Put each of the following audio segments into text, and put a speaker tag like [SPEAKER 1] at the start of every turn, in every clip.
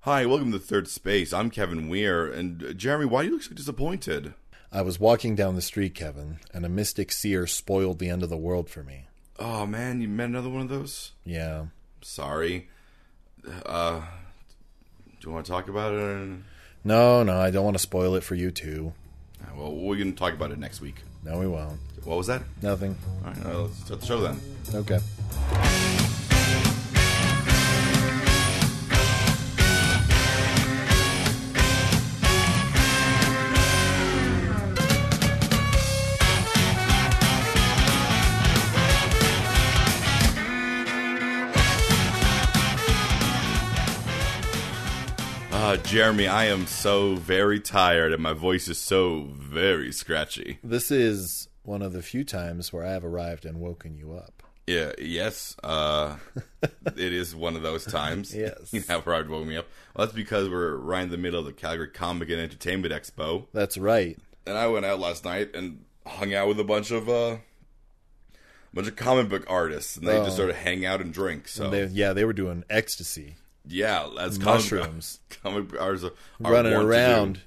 [SPEAKER 1] Hi, welcome to Third Space. I'm Kevin Weir. And uh, Jeremy, why do you look so disappointed?
[SPEAKER 2] I was walking down the street, Kevin, and a mystic seer spoiled the end of the world for me.
[SPEAKER 1] Oh, man, you met another one of those?
[SPEAKER 2] Yeah.
[SPEAKER 1] Sorry. Uh, do you want to talk about it? or-
[SPEAKER 2] No, no, I don't want to spoil it for you too.
[SPEAKER 1] Uh, Well, we can talk about it next week.
[SPEAKER 2] No, we won't.
[SPEAKER 1] What was that?
[SPEAKER 2] Nothing.
[SPEAKER 1] All right, uh, let's start the show then.
[SPEAKER 2] Okay.
[SPEAKER 1] Uh, Jeremy, I am so very tired and my voice is so very scratchy.
[SPEAKER 2] This is one of the few times where I have arrived and woken you up.
[SPEAKER 1] Yeah, yes. Uh, it is one of those times.
[SPEAKER 2] Yes.
[SPEAKER 1] you have Rod woke me up. Well, that's because we're right in the middle of the Calgary Comic and Entertainment Expo.
[SPEAKER 2] That's right.
[SPEAKER 1] And I went out last night and hung out with a bunch of, uh, a bunch of comic book artists. And they just sort of hang out and drink. So,
[SPEAKER 2] Oh. They, yeah, they were doing ecstasy,
[SPEAKER 1] yeah, as
[SPEAKER 2] mushrooms,
[SPEAKER 1] Comic, comic book artists are, are
[SPEAKER 2] running
[SPEAKER 1] wont to do. Oh.
[SPEAKER 2] around,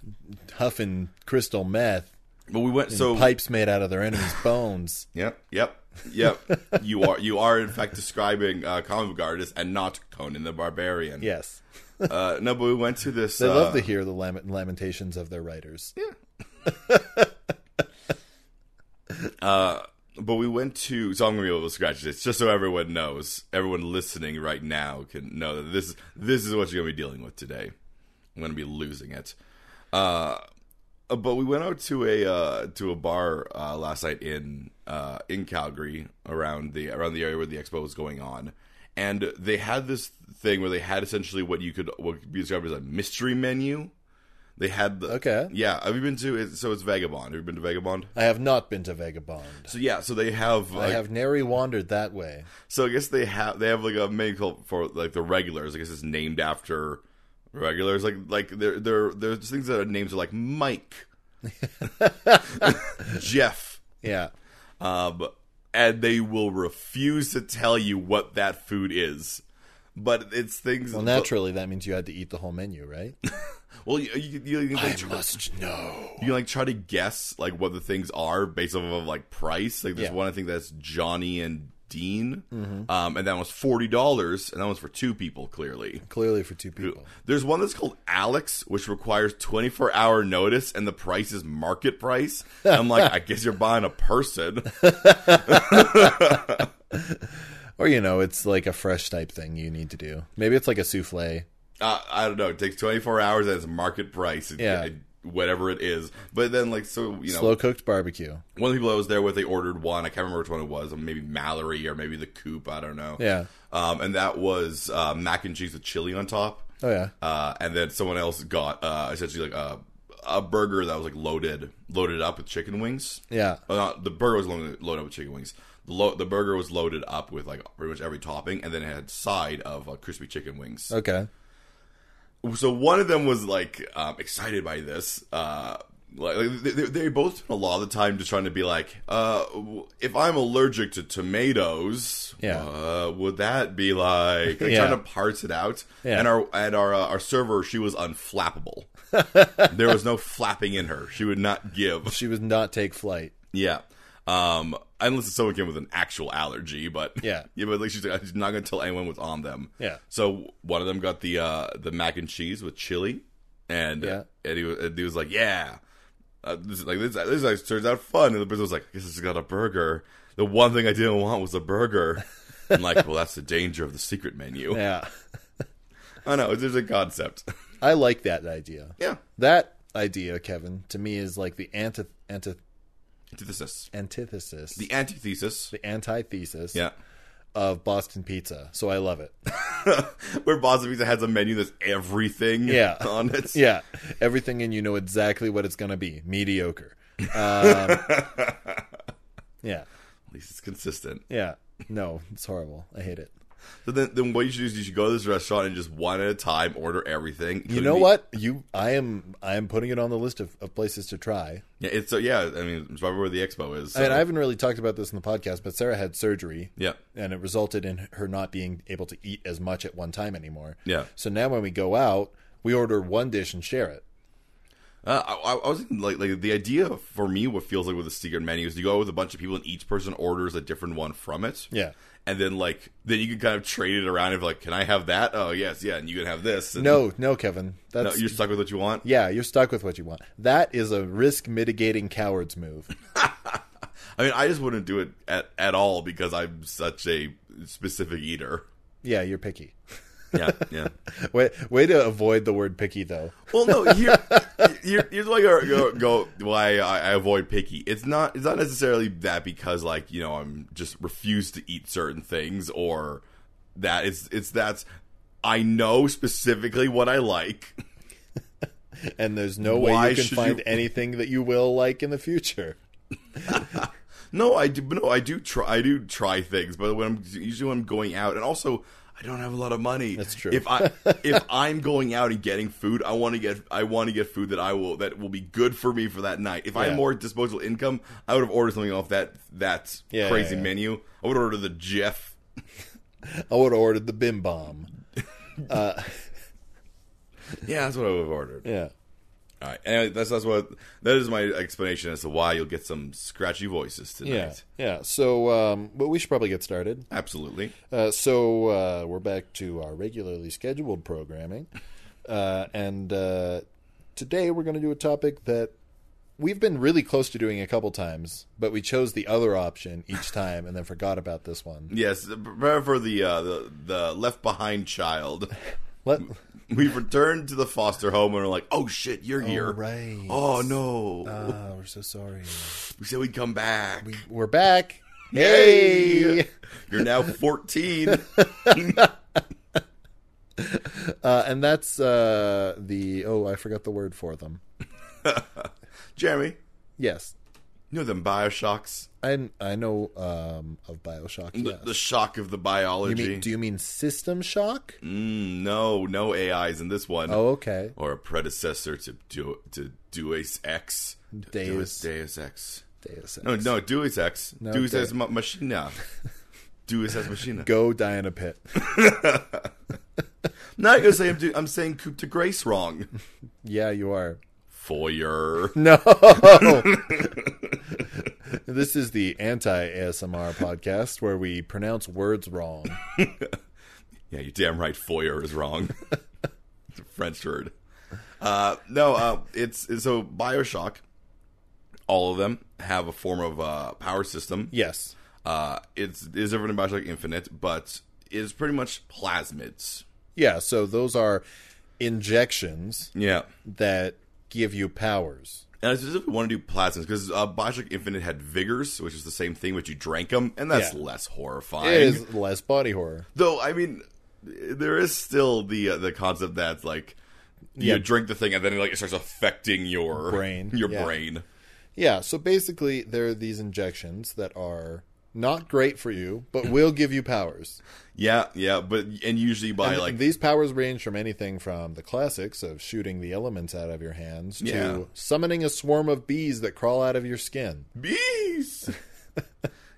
[SPEAKER 2] huffing crystal meth,
[SPEAKER 1] But we went, so.
[SPEAKER 2] pipes made out of their enemies' bones.
[SPEAKER 1] Yep, yep, yep. you are, you are in fact describing uh, comic book artists and not Conan the Barbarian.
[SPEAKER 2] Yes.
[SPEAKER 1] Uh, no, but we went to this.
[SPEAKER 2] They
[SPEAKER 1] uh,
[SPEAKER 2] love to hear the lam- lamentations of their writers.
[SPEAKER 1] But we went to. So I'm gonna be able to scratch this, just so everyone knows, everyone listening right now can know that this this is what you're gonna be dealing with today. I'm gonna be losing it. Uh, but we went out to a uh, to a bar uh, last night in uh, in Calgary around the around the area where the expo was going on, and they had this thing where they had essentially what you could what could be described as a mystery menu. They had the
[SPEAKER 2] Okay.
[SPEAKER 1] yeah. Have you been to? So it's Vagabond. Have you been to Vagabond?
[SPEAKER 2] I have not been to Vagabond.
[SPEAKER 1] So yeah. So they have.
[SPEAKER 2] I
[SPEAKER 1] Like,
[SPEAKER 2] have nary wandered that way.
[SPEAKER 1] So I guess they have they have like a menu called for like the regulars. I guess it's named after regulars. Like like there there there's things that are names are like Mike, Jeff,
[SPEAKER 2] Yeah.
[SPEAKER 1] um, and they will refuse to tell you what that food is. But it's things.
[SPEAKER 2] Well, naturally, that means you had to eat the whole menu, right?
[SPEAKER 1] well, you, you, you, you, like, try,
[SPEAKER 2] must know.
[SPEAKER 1] you like try to guess like what the things are based off of like price. Like there's
[SPEAKER 2] Yeah. Mm-hmm.
[SPEAKER 1] one I think that's Johnny and Dean, um, and that was forty dollars, and that was for two people clearly.
[SPEAKER 2] Clearly, for two people.
[SPEAKER 1] There's one that's called Alex, which requires 24 hour notice, and the price is market price. I'm like, I guess you're buying a person.
[SPEAKER 2] Or, you know, it's like a fresh type thing you need to do. Maybe it's like a souffle.
[SPEAKER 1] Uh, I don't know. It takes 24 hours and it's market price. It-
[SPEAKER 2] Yeah.
[SPEAKER 1] it- whatever it is. But then, like, so, you know,
[SPEAKER 2] Slow cooked barbecue.
[SPEAKER 1] one of the people I was there with, they ordered one. I can't remember which one it was. Maybe Mallory or maybe the Coop. I don't know.
[SPEAKER 2] Yeah.
[SPEAKER 1] Um, and that was uh, mac and cheese with chili on top.
[SPEAKER 2] Oh, yeah.
[SPEAKER 1] uh, and then someone else got uh, essentially like a a burger that was like loaded loaded up with chicken wings.
[SPEAKER 2] Yeah.
[SPEAKER 1] Uh, not- the burger was loaded, loaded up with chicken wings. The, lo- the burger was loaded up with like pretty much every topping, and then it had side of uh, crispy chicken wings.
[SPEAKER 2] Okay.
[SPEAKER 1] So one of them was like um, excited by this. Uh, like like, they, they- they both spent a lot of the time just trying to be like, uh, w- if I'm allergic to tomatoes,
[SPEAKER 2] Yeah.
[SPEAKER 1] uh, would that be like, like
[SPEAKER 2] Yeah.
[SPEAKER 1] trying to parse it out?
[SPEAKER 2] Yeah.
[SPEAKER 1] And our and our uh, our server, she was unflappable. there was no flapping in her. She would not give.
[SPEAKER 2] She would not take flight.
[SPEAKER 1] Yeah. Um, unless someone came with an actual allergy, but
[SPEAKER 2] Yeah.
[SPEAKER 1] yeah, but like she's, like, she's not going to tell anyone what's on them.
[SPEAKER 2] Yeah.
[SPEAKER 1] So one of them got the uh, the mac and cheese with chili, and
[SPEAKER 2] Yeah.
[SPEAKER 1] and, he, was- and he was like, "Yeah, uh, this is like this this actually turns out fun." And the person was like, "I guess it's got a burger." The one thing I didn't want was a burger. I'm like, well, that's the danger of the secret menu.
[SPEAKER 2] Yeah.
[SPEAKER 1] I know there's a concept.
[SPEAKER 2] I like that idea.
[SPEAKER 1] yeah,
[SPEAKER 2] That idea, Kevin, to me is like the antith- antith-
[SPEAKER 1] antithesis,
[SPEAKER 2] antithesis, the-,
[SPEAKER 1] the antithesis.
[SPEAKER 2] antithesis
[SPEAKER 1] yeah,
[SPEAKER 2] of Boston pizza. So I love it.
[SPEAKER 1] where Boston Pizza has a menu that's everything.
[SPEAKER 2] Yeah.
[SPEAKER 1] on it.
[SPEAKER 2] yeah. Everything and you know exactly what it's going to be. Mediocre. Um, yeah.
[SPEAKER 1] At least it's consistent.
[SPEAKER 2] Yeah. No, it's horrible. I hate it.
[SPEAKER 1] So then, then what you should do is you should go to this restaurant and just one at a time order everything.
[SPEAKER 2] You
[SPEAKER 1] including
[SPEAKER 2] know
[SPEAKER 1] the-
[SPEAKER 2] what? You I am I am putting it on the list of, of places to try.
[SPEAKER 1] Yeah, it's so yeah. I mean, it's probably where the expo is. so-
[SPEAKER 2] And I haven't really talked about this in the podcast, but Sarah had surgery
[SPEAKER 1] yeah,
[SPEAKER 2] and it resulted in her not being able to eat as much at one time anymore.
[SPEAKER 1] Yeah.
[SPEAKER 2] So now when we go out, We order one dish and share it.
[SPEAKER 1] Uh, I, I was thinking, like, like the idea for me, what feels like with a secret menu is you go with a bunch of people and each person orders a different one from it,
[SPEAKER 2] Yeah.
[SPEAKER 1] and then like then you can kind of trade it around. If like, can I have that? Oh yes, yeah, and you can have this. And
[SPEAKER 2] No, no, Kevin.
[SPEAKER 1] No,
[SPEAKER 2] That's
[SPEAKER 1] you're stuck with what you want.
[SPEAKER 2] yeah. You're stuck with what you want. That is a risk mitigating coward's move.
[SPEAKER 1] I mean, I just wouldn't do it at at all because I'm such a specific eater.
[SPEAKER 2] Yeah, you're picky.
[SPEAKER 1] Yeah, yeah.
[SPEAKER 2] Way, way to avoid the word picky though.
[SPEAKER 1] Well, no, here, here, here's why go, go, go why I, I avoid picky. It's not it's not necessarily that because like you know I'm just refuse to eat certain things or that it's it's that's I know specifically what I like.
[SPEAKER 2] And there's no
[SPEAKER 1] Why
[SPEAKER 2] way you can
[SPEAKER 1] should
[SPEAKER 2] find
[SPEAKER 1] you-
[SPEAKER 2] anything that you will like in the future.
[SPEAKER 1] No, I do. No, I do try. I do try things, but when I'm usually when I'm going out, and also I don't have a lot of money.
[SPEAKER 2] That's true.
[SPEAKER 1] If I if I'm going out and getting food, I want to get I want to get food that I will that will be good for me for that night. If I had
[SPEAKER 2] Yeah.
[SPEAKER 1] more disposable income, I would have ordered something off that that
[SPEAKER 2] Yeah,
[SPEAKER 1] crazy
[SPEAKER 2] yeah, yeah.
[SPEAKER 1] menu. I would order the Jeff.
[SPEAKER 2] I would have ordered the bim bomb.
[SPEAKER 1] Yeah, that's what I would have ordered.
[SPEAKER 2] Yeah.
[SPEAKER 1] All right, anyway, that's that's what that is my explanation as to why you'll get some scratchy voices tonight.
[SPEAKER 2] Yeah. Yeah. So, um, but we should probably get started.
[SPEAKER 1] Absolutely.
[SPEAKER 2] Uh, so uh, we're back to our regularly scheduled programming, uh, and uh, today we're going to do a topic that we've been really close to doing a couple times, but we chose the other option each time and then forgot about this one.
[SPEAKER 1] Yes, prepare for the uh, the the left behind child.
[SPEAKER 2] Let,
[SPEAKER 1] We've returned to the foster home and are like, oh shit, you're here.
[SPEAKER 2] right.
[SPEAKER 1] Oh no.
[SPEAKER 2] Ah, we're so sorry.
[SPEAKER 1] we said we'd come back.
[SPEAKER 2] We're back.
[SPEAKER 1] Yay!
[SPEAKER 2] Hey!
[SPEAKER 1] You're now 14.
[SPEAKER 2] Uh, and that's uh, the oh, I forgot the word for them.
[SPEAKER 1] Jeremy,
[SPEAKER 2] Yes,
[SPEAKER 1] you know them Bioshocks?
[SPEAKER 2] I I know um, of Bioshock.
[SPEAKER 1] The,
[SPEAKER 2] Yes.
[SPEAKER 1] the shock of the
[SPEAKER 2] You
[SPEAKER 1] biology.
[SPEAKER 2] mean, do you mean System Shock?
[SPEAKER 1] mm, no, no AIs in this one.
[SPEAKER 2] Oh, okay.
[SPEAKER 1] Or a predecessor to do, to Deus Ex.
[SPEAKER 2] Deus.
[SPEAKER 1] Deus Ex.
[SPEAKER 2] Deus Ex.
[SPEAKER 1] No, no, Deus Ex.
[SPEAKER 2] No,
[SPEAKER 1] Deus
[SPEAKER 2] De-
[SPEAKER 1] Ex ma- Machina. Deus Ex Machina.
[SPEAKER 2] Go die in a pit.
[SPEAKER 1] Not gonna say I'm, do- I'm saying Coup to Grace wrong.
[SPEAKER 2] Yeah, you are.
[SPEAKER 1] Foyer.
[SPEAKER 2] No. this is the anti ASMR podcast where we pronounce words wrong.
[SPEAKER 1] Yeah, you're damn right. Foyer is wrong. it's a French word. Uh, no, uh, it's, it's- so Bioshock. All of them have a form of uh, power system.
[SPEAKER 2] Yes.
[SPEAKER 1] Uh, it's is different than Bioshock Infinite, but it's pretty much plasmids.
[SPEAKER 2] Yeah, so those are injections
[SPEAKER 1] Yeah,
[SPEAKER 2] that give you powers.
[SPEAKER 1] and I specifically want to do plasmids because uh, Bioshock Infinite had vigors, which is the same thing, but you drank them, and that's
[SPEAKER 2] Yeah.
[SPEAKER 1] less
[SPEAKER 2] It
[SPEAKER 1] horrifying.
[SPEAKER 2] is less body horror.
[SPEAKER 1] Though I mean, there is still the uh, the concept that like you
[SPEAKER 2] Yeah.
[SPEAKER 1] drink the thing and then like it starts affecting your
[SPEAKER 2] Brain,
[SPEAKER 1] your
[SPEAKER 2] yeah.
[SPEAKER 1] brain.
[SPEAKER 2] Yeah, so basically there are these injections that are not great for you, but will give you powers.
[SPEAKER 1] Yeah, yeah, but and usually by
[SPEAKER 2] And
[SPEAKER 1] like
[SPEAKER 2] these powers range from anything from the classics of shooting the elements out of your hands
[SPEAKER 1] Yeah.
[SPEAKER 2] to summoning a swarm of bees that crawl out of your skin.
[SPEAKER 1] bees.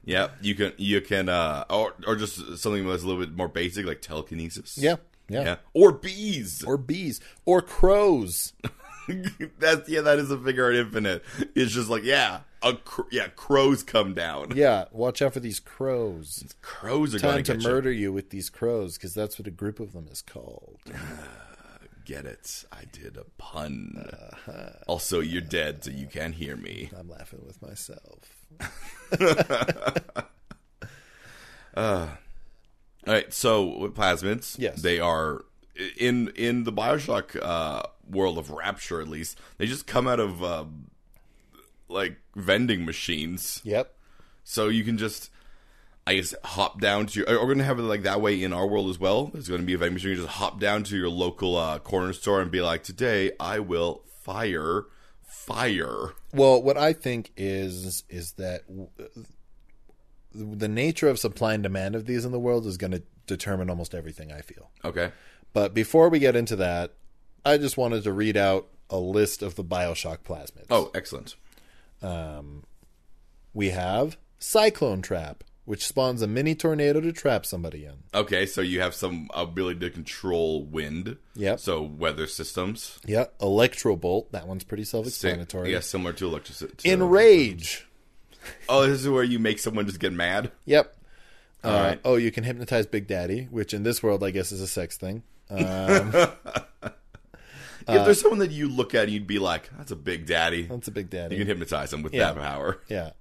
[SPEAKER 1] yeah, you can you can uh or or just something that's a little bit more basic like telekinesis.
[SPEAKER 2] Yeah, yeah.
[SPEAKER 1] Yeah. Or bees.
[SPEAKER 2] Or bees or crows.
[SPEAKER 1] That's yeah, that is a figure at infinite. It's just like yeah, a cr- yeah, crows come down.
[SPEAKER 2] Yeah, watch out for these crows.
[SPEAKER 1] Crows are
[SPEAKER 2] Time
[SPEAKER 1] going
[SPEAKER 2] to
[SPEAKER 1] to
[SPEAKER 2] murder you. with these crows because that's what a group of them is called.
[SPEAKER 1] Get it? I did a pun. also, you're dead, so you can't hear me.
[SPEAKER 2] I'm laughing with myself.
[SPEAKER 1] All right, so with plasmids,
[SPEAKER 2] Yes.
[SPEAKER 1] they are in in the Bioshock uh, world of Rapture. At least they just come out of um, like vending machines,
[SPEAKER 2] Yep.
[SPEAKER 1] so you can just. I guess hop down to. Or we're gonna have it like that way in our world as well. There's gonna be a vending machine. You just hop down to your local uh, corner store and be like, "Today I will fire, fire."
[SPEAKER 2] Well, what I think is is that w- uh, the nature of supply and demand of these in the world is going to determine almost everything. I feel.
[SPEAKER 1] Okay.
[SPEAKER 2] But before we get into that, I just wanted to read out a list of the Bioshock plasmids.
[SPEAKER 1] Oh, excellent.
[SPEAKER 2] We have Cyclone Trap, which spawns a mini tornado to trap somebody in.
[SPEAKER 1] Okay, so you have some ability to control wind.
[SPEAKER 2] Yep.
[SPEAKER 1] So weather systems.
[SPEAKER 2] Yeah, Electrobolt. That one's pretty
[SPEAKER 1] Si-
[SPEAKER 2] self-explanatory.
[SPEAKER 1] Yeah, similar to electricity.
[SPEAKER 2] Enrage.
[SPEAKER 1] Oh, this is where you make someone just get mad.
[SPEAKER 2] Yep. Uh,
[SPEAKER 1] Alright.
[SPEAKER 2] Oh, you can hypnotize Big Daddy, which in this world, I guess, is a sex thing. Uh,
[SPEAKER 1] If there's someone that you look at and you'd be like, "That's a big daddy,"
[SPEAKER 2] That's a Big Daddy.
[SPEAKER 1] you can hypnotize them with
[SPEAKER 2] Oh, Yeah.
[SPEAKER 1] that power.
[SPEAKER 2] yeah.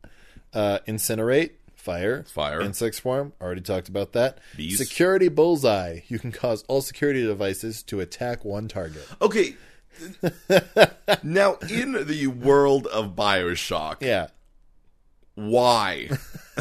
[SPEAKER 2] Uh, incinerate. Fire.
[SPEAKER 1] Fire.
[SPEAKER 2] Insect swarm. Already talked about that.
[SPEAKER 1] Bees.
[SPEAKER 2] Security bullseye. You can cause all security devices to attack one target.
[SPEAKER 1] Okay. now, in the world of Bioshock,
[SPEAKER 2] Yeah.
[SPEAKER 1] why?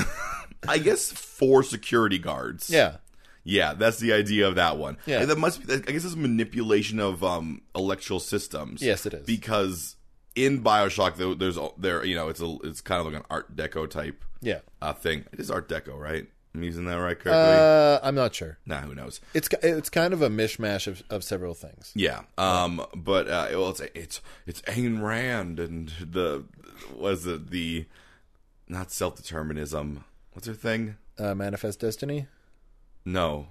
[SPEAKER 1] I guess four security guards.
[SPEAKER 2] Yeah.
[SPEAKER 1] Yeah, that's the idea of that one.
[SPEAKER 2] Yeah.
[SPEAKER 1] And that must be. I guess it's manipulation of um electrical systems.
[SPEAKER 2] Yes, it is.
[SPEAKER 1] Because in Bioshock, there, there's a- there you know it's a it's kind of like an Art Deco type
[SPEAKER 2] Yeah.
[SPEAKER 1] uh, thing. It is Art Deco, right? I'm using that right correctly.
[SPEAKER 2] Uh, I'm not sure.
[SPEAKER 1] nah, who knows?
[SPEAKER 2] It's ki- it's kind of a mishmash of, of several things.
[SPEAKER 1] Yeah. Um. But uh, well, it's it's it's Ayn Rand and the was it the not self determinism. What's her thing?
[SPEAKER 2] Uh, Manifest Destiny.
[SPEAKER 1] No,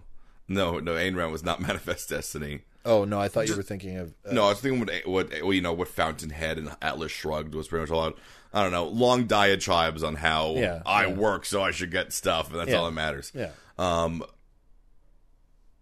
[SPEAKER 1] no, no. Ayn Rand was not Manifest Destiny.
[SPEAKER 2] Oh no, I thought you were thinking of. Uh,
[SPEAKER 1] No, I was thinking what what well, you know what Fountainhead and Atlas Shrugged was pretty much all. I don't know. Long diatribes on how
[SPEAKER 2] Yeah,
[SPEAKER 1] I
[SPEAKER 2] yeah.
[SPEAKER 1] work, so I should get stuff, and that's
[SPEAKER 2] Yeah.
[SPEAKER 1] all that matters.
[SPEAKER 2] Yeah.
[SPEAKER 1] Um.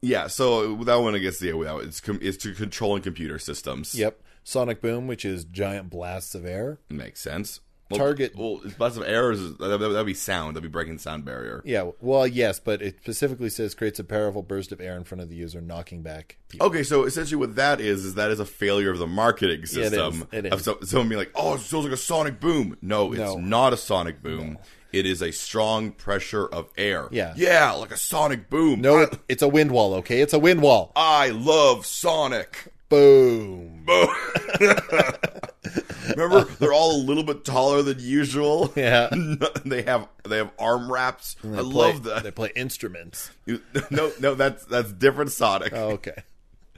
[SPEAKER 1] Yeah, so that one I guess the yeah, it's com- it's to controlling computer systems.
[SPEAKER 2] Yep. Sonic boom, which is giant blasts of air.
[SPEAKER 1] makes sense.
[SPEAKER 2] Target-
[SPEAKER 1] Well, it's lots of errors. That would be sound. That'd be breaking sound barrier.
[SPEAKER 2] Yeah. Well, yes, but it specifically says creates a powerful burst of air in front of the user, knocking back. people.
[SPEAKER 1] Okay, so essentially what that is is that is a failure of the marketing
[SPEAKER 2] it is.
[SPEAKER 1] system.
[SPEAKER 2] It
[SPEAKER 1] Of
[SPEAKER 2] is.
[SPEAKER 1] so- someone being like, "Oh, it sounds like a sonic boom." No, it's
[SPEAKER 2] No.
[SPEAKER 1] not a sonic boom. It is a strong pressure of air.
[SPEAKER 2] Yeah.
[SPEAKER 1] yeah, like a sonic boom.
[SPEAKER 2] No, it, it's a wind wall. Okay, it's a wind wall.
[SPEAKER 1] I love Sonic.
[SPEAKER 2] Boom.
[SPEAKER 1] Boom. Remember, they're all a little bit taller than usual.
[SPEAKER 2] Yeah.
[SPEAKER 1] they have they have arm wraps. I
[SPEAKER 2] Play-
[SPEAKER 1] love that.
[SPEAKER 2] They play instruments.
[SPEAKER 1] You- no, no, that's that's different Sonic.
[SPEAKER 2] Oh, okay.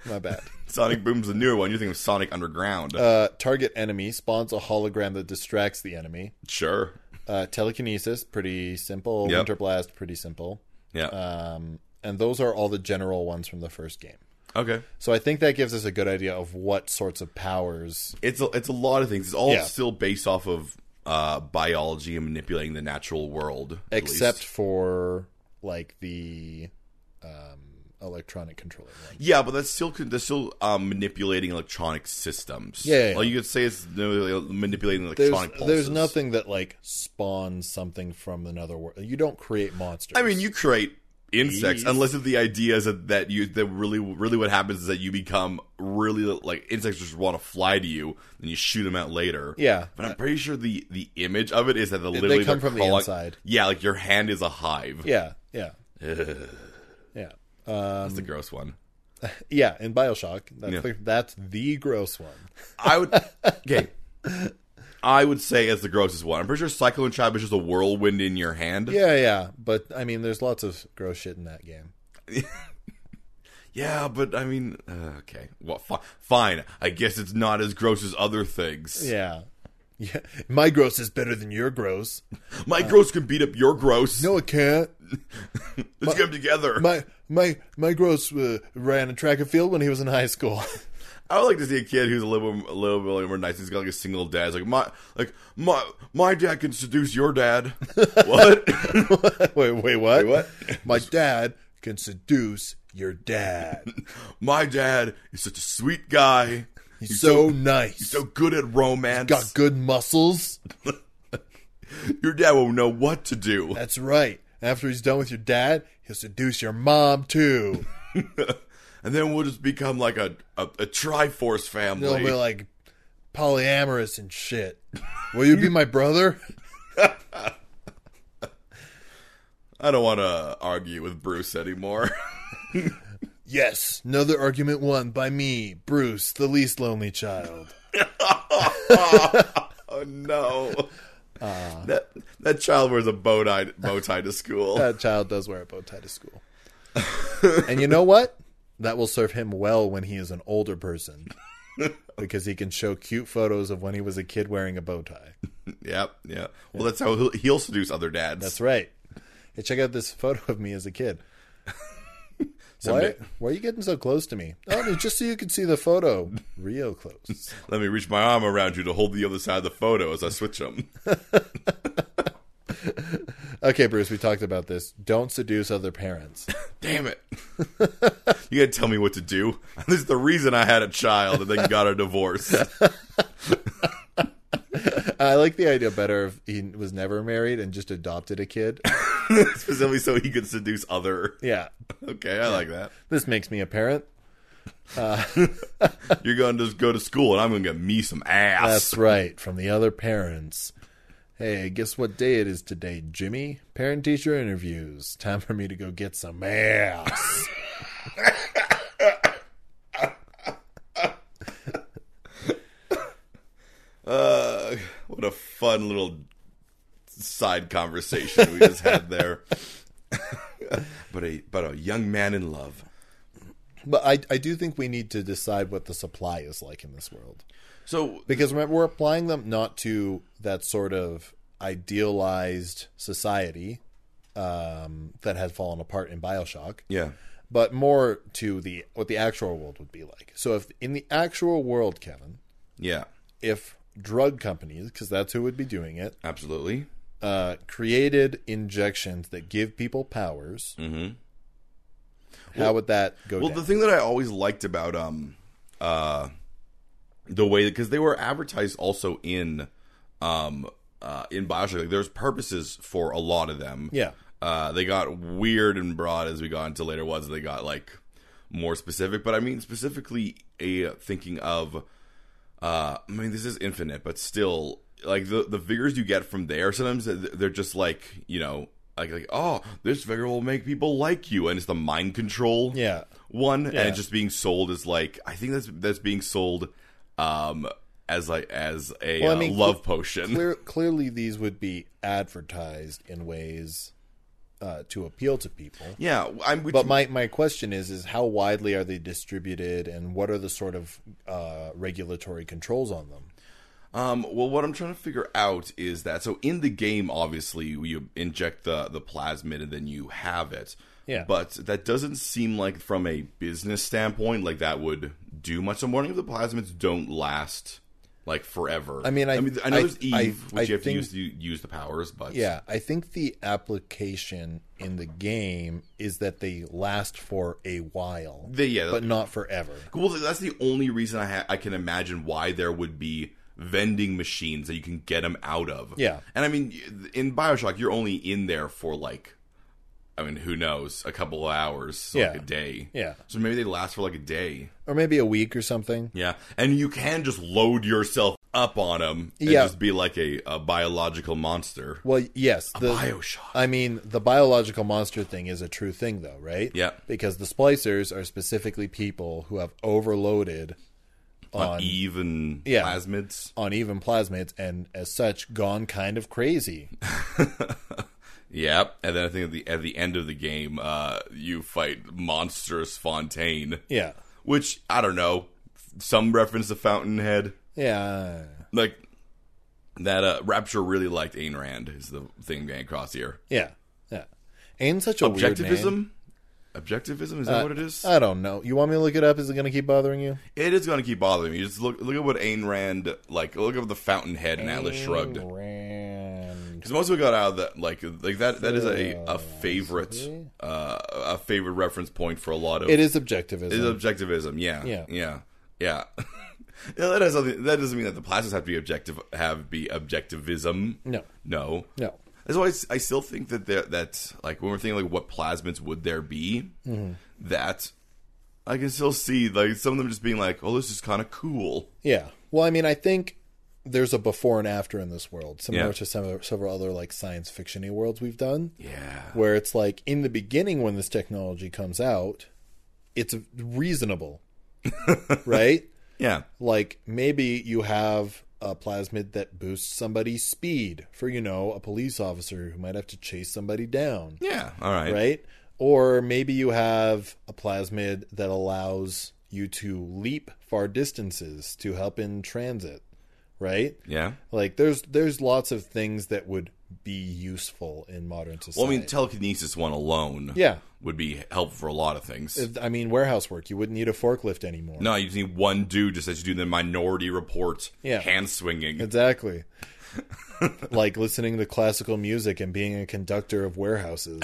[SPEAKER 2] My bad.
[SPEAKER 1] Sonic Boom's the newer one. You're thinking of Sonic Underground.
[SPEAKER 2] Uh, target enemy spawns a hologram that distracts the enemy.
[SPEAKER 1] sure.
[SPEAKER 2] Uh, telekinesis, pretty simple.
[SPEAKER 1] Yep.
[SPEAKER 2] Winter blast, pretty simple.
[SPEAKER 1] Yeah.
[SPEAKER 2] Um, and those are all the general ones from the first game.
[SPEAKER 1] okay.
[SPEAKER 2] So I think that gives us a good idea of what sorts of powers.
[SPEAKER 1] It's a, it's a lot of things. It's all
[SPEAKER 2] Yeah.
[SPEAKER 1] still based off of uh, biology and manipulating the natural world. at
[SPEAKER 2] except
[SPEAKER 1] least.
[SPEAKER 2] for like the um, electronic controller one.
[SPEAKER 1] yeah, but that's still con- that's still um, manipulating electronic systems.
[SPEAKER 2] Yeah, yeah, yeah.
[SPEAKER 1] Well, you could say it's you know, manipulating
[SPEAKER 2] There's,
[SPEAKER 1] electronic. pulses.
[SPEAKER 2] there's nothing that like spawns something from another world. You don't create monsters.
[SPEAKER 1] I mean, you create insects
[SPEAKER 2] Bees.
[SPEAKER 1] unless if the idea is that, that you that really really what happens is that you become really like insects just want to fly to you and you shoot them out later.
[SPEAKER 2] Yeah.
[SPEAKER 1] but I'm pretty sure the the image of it is that the literally
[SPEAKER 2] come
[SPEAKER 1] they're
[SPEAKER 2] from the
[SPEAKER 1] crawling-
[SPEAKER 2] inside. Um,
[SPEAKER 1] Yeah, like your hand is a hive.
[SPEAKER 2] yeah, yeah, yeah, Um,
[SPEAKER 1] That's the gross one.
[SPEAKER 2] yeah. In Bioshock, that's,
[SPEAKER 1] Yeah.
[SPEAKER 2] the, that's the gross one.
[SPEAKER 1] I would okay. I would say it's the grossest one. I'm pretty sure Cyclone Tribe is just a whirlwind in your hand.
[SPEAKER 2] Yeah, yeah. But I mean, there's lots of gross shit in that game.
[SPEAKER 1] Yeah, but I mean, uh, okay, well, fi- fine. I guess it's not as gross as other things.
[SPEAKER 2] Yeah, yeah. My gross is better than your gross.
[SPEAKER 1] My gross can beat up your gross.
[SPEAKER 2] No, it can't.
[SPEAKER 1] Let's get them together.
[SPEAKER 2] My my my gross uh, ran in track and field when he was in high school.
[SPEAKER 1] I would like to see a kid who's a little bit, a little bit more nice. He's got like a single dad. It's like my like my my dad can seduce your dad. what?
[SPEAKER 2] wait, wait, what?
[SPEAKER 1] what?
[SPEAKER 2] My dad can seduce your dad.
[SPEAKER 1] my dad is such a sweet guy.
[SPEAKER 2] He's so nice.
[SPEAKER 1] So good at romance.
[SPEAKER 2] got good muscles.
[SPEAKER 1] Your dad won't know what to do.
[SPEAKER 2] That's right. After he's done with your dad, he'll seduce your mom too.
[SPEAKER 1] And then we'll just become like a a, a Triforce family.
[SPEAKER 2] They'll be like polyamorous and shit. Will you be my brother?
[SPEAKER 1] I don't want to argue with Bruce anymore.
[SPEAKER 2] Yes. Another argument won by me, Bruce, the least lonely child.
[SPEAKER 1] oh no.
[SPEAKER 2] Uh.
[SPEAKER 1] that that child wears a bow tie bow tie to school.
[SPEAKER 2] That child does wear a bow tie to school. and you know what? That will serve him well when he is an older person. Because he can show cute photos of when he was a kid wearing a bow tie.
[SPEAKER 1] Yep, yeah. Well, that's how he'll, he'll seduce other dads.
[SPEAKER 2] That's right. hey, check out this photo of me as a kid. Why,
[SPEAKER 1] Someday-
[SPEAKER 2] why are you getting so close to me? Oh, no, just so you can see the photo real close.
[SPEAKER 1] Let me reach my arm around you to hold the other side of the photo as I switch them.
[SPEAKER 2] Okay, Bruce, we talked about this. Don't seduce other parents.
[SPEAKER 1] Damn it. you gotta tell me what to do. This is the reason I had a child and then got a divorce.
[SPEAKER 2] I like the idea better if he was never married and just adopted a kid.
[SPEAKER 1] Specifically so he could seduce other.
[SPEAKER 2] Yeah,
[SPEAKER 1] Okay, I like that.
[SPEAKER 2] this makes me a parent.
[SPEAKER 1] You're gonna just go to school and I'm gonna get me some ass.
[SPEAKER 2] That's right, from the other parents. Hey, guess what day it is today, Jimmy? Parent teacher interviews. Time for me to go get some ass.
[SPEAKER 1] Uh, what a fun little side conversation we just had there. but a but a young man in love.
[SPEAKER 2] but I, I do think we need to decide what the supply is like in this world.
[SPEAKER 1] So
[SPEAKER 2] Because remember, we're applying them not to that sort of idealized society um, that had fallen apart in Bioshock.
[SPEAKER 1] yeah,
[SPEAKER 2] but more to the what the actual world would be like. So if in the actual world, Kevin,
[SPEAKER 1] yeah,
[SPEAKER 2] if drug companies, because that's who would be doing it,
[SPEAKER 1] absolutely.
[SPEAKER 2] uh, created injections that give people powers,
[SPEAKER 1] Mhm.
[SPEAKER 2] how would that go
[SPEAKER 1] Well,
[SPEAKER 2] down?
[SPEAKER 1] the thing that I always liked about um uh the way because they were advertised also in um uh in Bioshock. Like, there's purposes for a lot of them.
[SPEAKER 2] yeah,
[SPEAKER 1] Uh, they got weird and broad as we got into later ones. They got like more specific, but I mean specifically a thinking of. Uh, I mean, this is infinite, but still, like the the figures you get from there, sometimes th- they're just like you know, like like oh, this figure will make people like you, and it's the mind control
[SPEAKER 2] yeah,
[SPEAKER 1] one, and
[SPEAKER 2] Yeah.
[SPEAKER 1] it's just being sold as like I think that's that's being sold, um, as like as a
[SPEAKER 2] Well, I
[SPEAKER 1] uh,
[SPEAKER 2] mean,
[SPEAKER 1] love potion.
[SPEAKER 2] Clear, clearly these would be advertised in ways uh, to appeal to people.
[SPEAKER 1] yeah, I'm. Which,
[SPEAKER 2] But my, my question is is how widely are they distributed, and what are the sort of uh, regulatory controls on them?
[SPEAKER 1] Um, well, what I'm trying to figure out is that so in the game, obviously you inject the the plasmid and then you have it.
[SPEAKER 2] Yeah.
[SPEAKER 1] But that doesn't seem like from a business standpoint, like that would do much. So I'm wondering if the plasmids don't last like forever.
[SPEAKER 2] I mean, I-
[SPEAKER 1] I, I know
[SPEAKER 2] I-
[SPEAKER 1] there's Eve,
[SPEAKER 2] I-
[SPEAKER 1] which
[SPEAKER 2] I
[SPEAKER 1] you have to
[SPEAKER 2] think-
[SPEAKER 1] use to use the powers, but
[SPEAKER 2] Yeah, I think the application in the game is that they last for a while,
[SPEAKER 1] they, yeah,
[SPEAKER 2] but not forever.
[SPEAKER 1] Well, that's the only reason I ha- I can imagine why there would be vending machines that you can get them out of.
[SPEAKER 2] Yeah.
[SPEAKER 1] and I mean, in Bioshock, you're only in there for like, I mean, who knows, a couple of hours, so like
[SPEAKER 2] Yeah.
[SPEAKER 1] a day.
[SPEAKER 2] Yeah,
[SPEAKER 1] So maybe they last for like a day.
[SPEAKER 2] or maybe a week or something.
[SPEAKER 1] Yeah, and you can just load yourself up on them and
[SPEAKER 2] Yeah.
[SPEAKER 1] just be like a, a biological monster.
[SPEAKER 2] Well, yes, the
[SPEAKER 1] Bioshock.
[SPEAKER 2] I mean the biological monster thing is a true thing, though, right?
[SPEAKER 1] Yeah.
[SPEAKER 2] because the splicers are specifically people who have overloaded
[SPEAKER 1] On
[SPEAKER 2] on
[SPEAKER 1] Eve and
[SPEAKER 2] Yeah.
[SPEAKER 1] plasmids.
[SPEAKER 2] on even plasmids, and as such, gone kind of crazy.
[SPEAKER 1] Yep. And then I think at the at the end of the game, uh, you fight monstrous Fontaine.
[SPEAKER 2] Yeah,
[SPEAKER 1] which I don't know. Some reference to Fountainhead,
[SPEAKER 2] yeah,
[SPEAKER 1] like that. Uh, Rapture really liked Ayn Rand is the thing getting across here.
[SPEAKER 2] yeah, yeah. And such a Weird name.
[SPEAKER 1] Objectivism,
[SPEAKER 2] Uh,
[SPEAKER 1] objectivism is that what it is?
[SPEAKER 2] I don't know. You want me to look it up? Is it going to keep bothering you?
[SPEAKER 1] it is going to keep bothering me. Just look look at what Ayn Rand like. Look at the Fountainhead and Atlas Shrugged.
[SPEAKER 2] Rand.
[SPEAKER 1] Because most of it got out of that, like like that. That is a a favorite uh, a favorite reference point for a lot of
[SPEAKER 2] It is objectivism.
[SPEAKER 1] It is objectivism. Yeah.
[SPEAKER 2] Yeah.
[SPEAKER 1] Yeah. Yeah. Yeah, that has nothing, that doesn't mean that the plastics have to be objective. Have be objectivism.
[SPEAKER 2] No.
[SPEAKER 1] No.
[SPEAKER 2] no.
[SPEAKER 1] That's why I s- I, still think that there, that like when we're thinking like what plasmids would there be,
[SPEAKER 2] Mm-hmm.
[SPEAKER 1] that I can still see like some of them just being like, oh, this is kind of cool.
[SPEAKER 2] Yeah. Well, I mean, I think there's a before and after in this world, similar
[SPEAKER 1] Yeah.
[SPEAKER 2] to some several other like science fictiony worlds we've done,
[SPEAKER 1] Yeah.
[SPEAKER 2] where it's like in the beginning when this technology comes out, it's reasonable, right?
[SPEAKER 1] Yeah.
[SPEAKER 2] Like maybe you have a plasmid that boosts somebody's speed for you know a police officer who might have to chase somebody down.
[SPEAKER 1] Yeah. All right.
[SPEAKER 2] right? Or maybe you have a plasmid that allows you to leap far distances to help in transit, right?
[SPEAKER 1] Yeah.
[SPEAKER 2] Like there's there's lots of things that would be useful in modern
[SPEAKER 1] Well, I
[SPEAKER 2] society.
[SPEAKER 1] mean, telekinesis one alone
[SPEAKER 2] yeah.
[SPEAKER 1] would be helpful for a lot of things.
[SPEAKER 2] If- I mean, warehouse work. You wouldn't need a forklift anymore.
[SPEAKER 1] no, you just need one dude just as you do the minority report,
[SPEAKER 2] Yeah.
[SPEAKER 1] hand swinging.
[SPEAKER 2] Exactly. like listening to classical music and being a conductor of warehouses.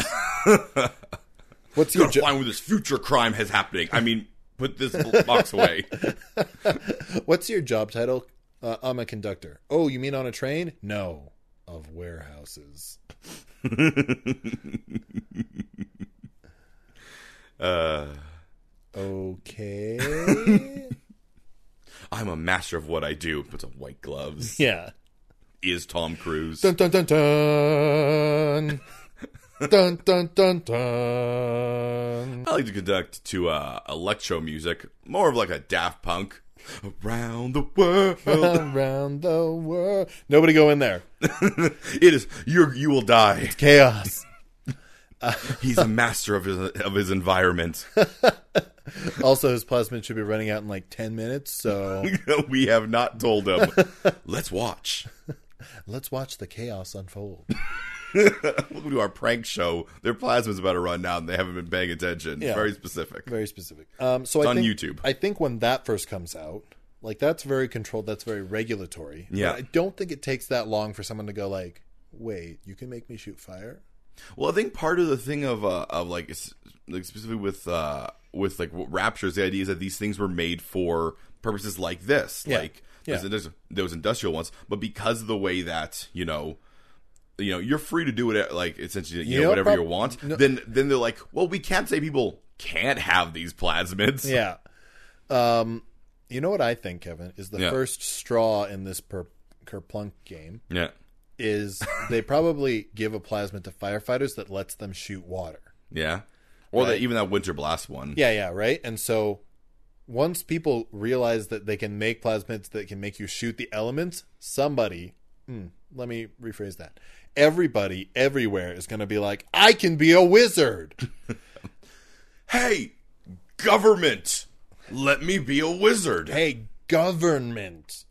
[SPEAKER 2] What's your
[SPEAKER 1] Gotta
[SPEAKER 2] jo-
[SPEAKER 1] find where this future crime has happening. I mean, put this box away.
[SPEAKER 2] What's your job title? Uh, I'm a conductor. Oh, you mean on a train? No, of warehouses.
[SPEAKER 1] Uh,
[SPEAKER 2] Okay.
[SPEAKER 1] I'm a master of what I do. Puts on white gloves.
[SPEAKER 2] yeah.
[SPEAKER 1] Is Tom Cruise?
[SPEAKER 2] Dun dun dun dun. dun dun dun dun.
[SPEAKER 1] I like to conduct to uh, electro music, more of like a Daft Punk. Around the world,
[SPEAKER 2] Around the world. Nobody go in there.
[SPEAKER 1] it is you. You will die.
[SPEAKER 2] Chaos.
[SPEAKER 1] He's a master of his of his environment.
[SPEAKER 2] Also, his plasmid should be running out in like 10 minutes, so
[SPEAKER 1] we have not told him. Let's watch.
[SPEAKER 2] let's watch the chaos unfold.
[SPEAKER 1] Welcome to our prank show. Their plasma's about to run out, and they haven't been paying attention.
[SPEAKER 2] Yeah.
[SPEAKER 1] Very specific.
[SPEAKER 2] Very specific. Um, so I
[SPEAKER 1] on
[SPEAKER 2] think,
[SPEAKER 1] YouTube.
[SPEAKER 2] I think when that first comes out, like that's very controlled, that's very regulatory.
[SPEAKER 1] Yeah.
[SPEAKER 2] But I don't think it takes that long for someone to go like, wait, you can make me shoot fire?
[SPEAKER 1] Well, I think part of the thing of uh, of like s- like specifically with uh with like raptures, the idea is that these things were made for purposes like this,
[SPEAKER 2] Yeah.
[SPEAKER 1] like there's, there's those industrial ones, but because of the way that you know. You know, you're free to do it like essentially, you,
[SPEAKER 2] You
[SPEAKER 1] know,
[SPEAKER 2] know,
[SPEAKER 1] whatever
[SPEAKER 2] prob-
[SPEAKER 1] you want. Then, then they're like, well, we can't say people can't have these plasmids.
[SPEAKER 2] Yeah. Um, you know what I think, Kevin, is the
[SPEAKER 1] Yeah.
[SPEAKER 2] first straw in this per- kerplunk game
[SPEAKER 1] yeah,
[SPEAKER 2] is they probably give a plasmid to firefighters that lets them shoot water.
[SPEAKER 1] yeah. Or that even that winter blast one.
[SPEAKER 2] Yeah, yeah, right. And so once people realize that they can make plasmids that can make you shoot the elements, somebody, hmm, let me rephrase that. Everybody everywhere is going to be like, I can be a wizard.
[SPEAKER 1] Hey, government, let me be a wizard.
[SPEAKER 2] hey, government.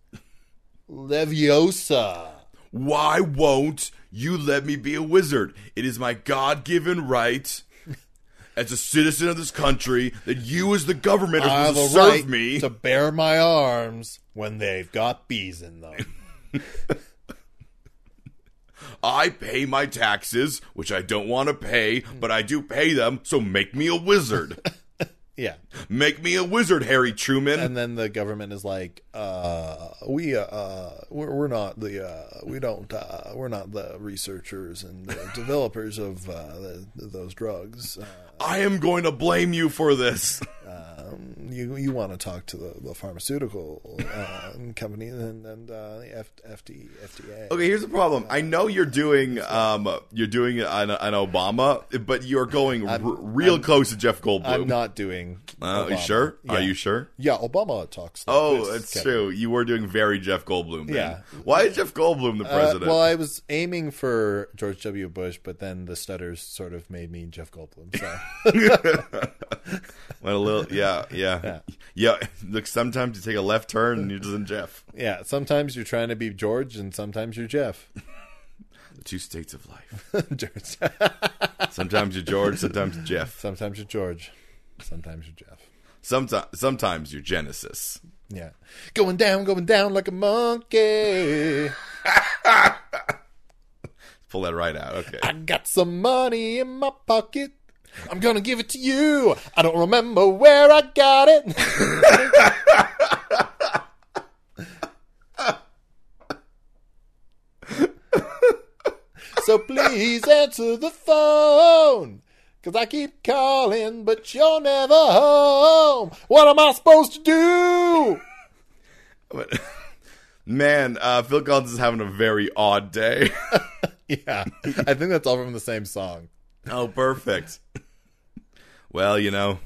[SPEAKER 2] Leviosa.
[SPEAKER 1] Why won't you let me be a wizard? It is my God given right as a citizen of this country that you, as the government,
[SPEAKER 2] I
[SPEAKER 1] are
[SPEAKER 2] have
[SPEAKER 1] supposed to
[SPEAKER 2] a
[SPEAKER 1] serve
[SPEAKER 2] right
[SPEAKER 1] me.
[SPEAKER 2] to bear my arms when they've got bees in them.
[SPEAKER 1] I pay my taxes, which I don't want to pay, but I do pay them, so make me a wizard.
[SPEAKER 2] yeah.
[SPEAKER 1] make me a wizard, Harry Truman.
[SPEAKER 2] And then the government is like, uh, we, uh, uh, we're, we're not the, uh, we don't, uh, we're not the researchers and the developers of uh, the, those drugs. Uh,
[SPEAKER 1] I am going to blame you for this.
[SPEAKER 2] you you want to talk to the, the pharmaceutical uh, company and, and uh, the F, FD, FDA.
[SPEAKER 1] Okay, here's the problem. I know you're doing um you're doing an, an Obama, but you're going r- real close to Jeff Goldblum.
[SPEAKER 2] I'm not doing.
[SPEAKER 1] Uh, Are you
[SPEAKER 2] Obama.
[SPEAKER 1] sure? Are
[SPEAKER 2] Yeah.
[SPEAKER 1] you sure?
[SPEAKER 2] Yeah, Obama talks. Like
[SPEAKER 1] Oh,
[SPEAKER 2] this,
[SPEAKER 1] that's
[SPEAKER 2] Kevin.
[SPEAKER 1] true. You were doing very Jeff Goldblum. Then.
[SPEAKER 2] Yeah.
[SPEAKER 1] Why is Jeff Goldblum the
[SPEAKER 2] Uh,
[SPEAKER 1] president?
[SPEAKER 2] well, I was aiming for George W. Bush, but then the stutters sort of made me Jeff Goldblum. So.
[SPEAKER 1] Went a little, yeah, yeah, yeah. Look, sometimes you take a left turn and you're just in Jeff.
[SPEAKER 2] Yeah, sometimes you're trying to be George, and sometimes you're Jeff.
[SPEAKER 1] The two states of life.
[SPEAKER 2] George.
[SPEAKER 1] Sometimes you're George. Sometimes Jeff.
[SPEAKER 2] sometimes you're George. Sometimes you're Jeff.
[SPEAKER 1] Sometimes, sometimes you're Genesis.
[SPEAKER 2] Yeah, going down, going down like a monkey.
[SPEAKER 1] Pull that right out. Okay.
[SPEAKER 2] I got some money in my pocket. I'm gonna give it to you. I don't remember where I got it. so please answer the phone. Cause I keep calling, but you're never home. What am I supposed to do?
[SPEAKER 1] But- man, uh, Phil Collins is having a very odd day.
[SPEAKER 2] Yeah, I think that's all from the same song.
[SPEAKER 1] oh, perfect. Well, you know,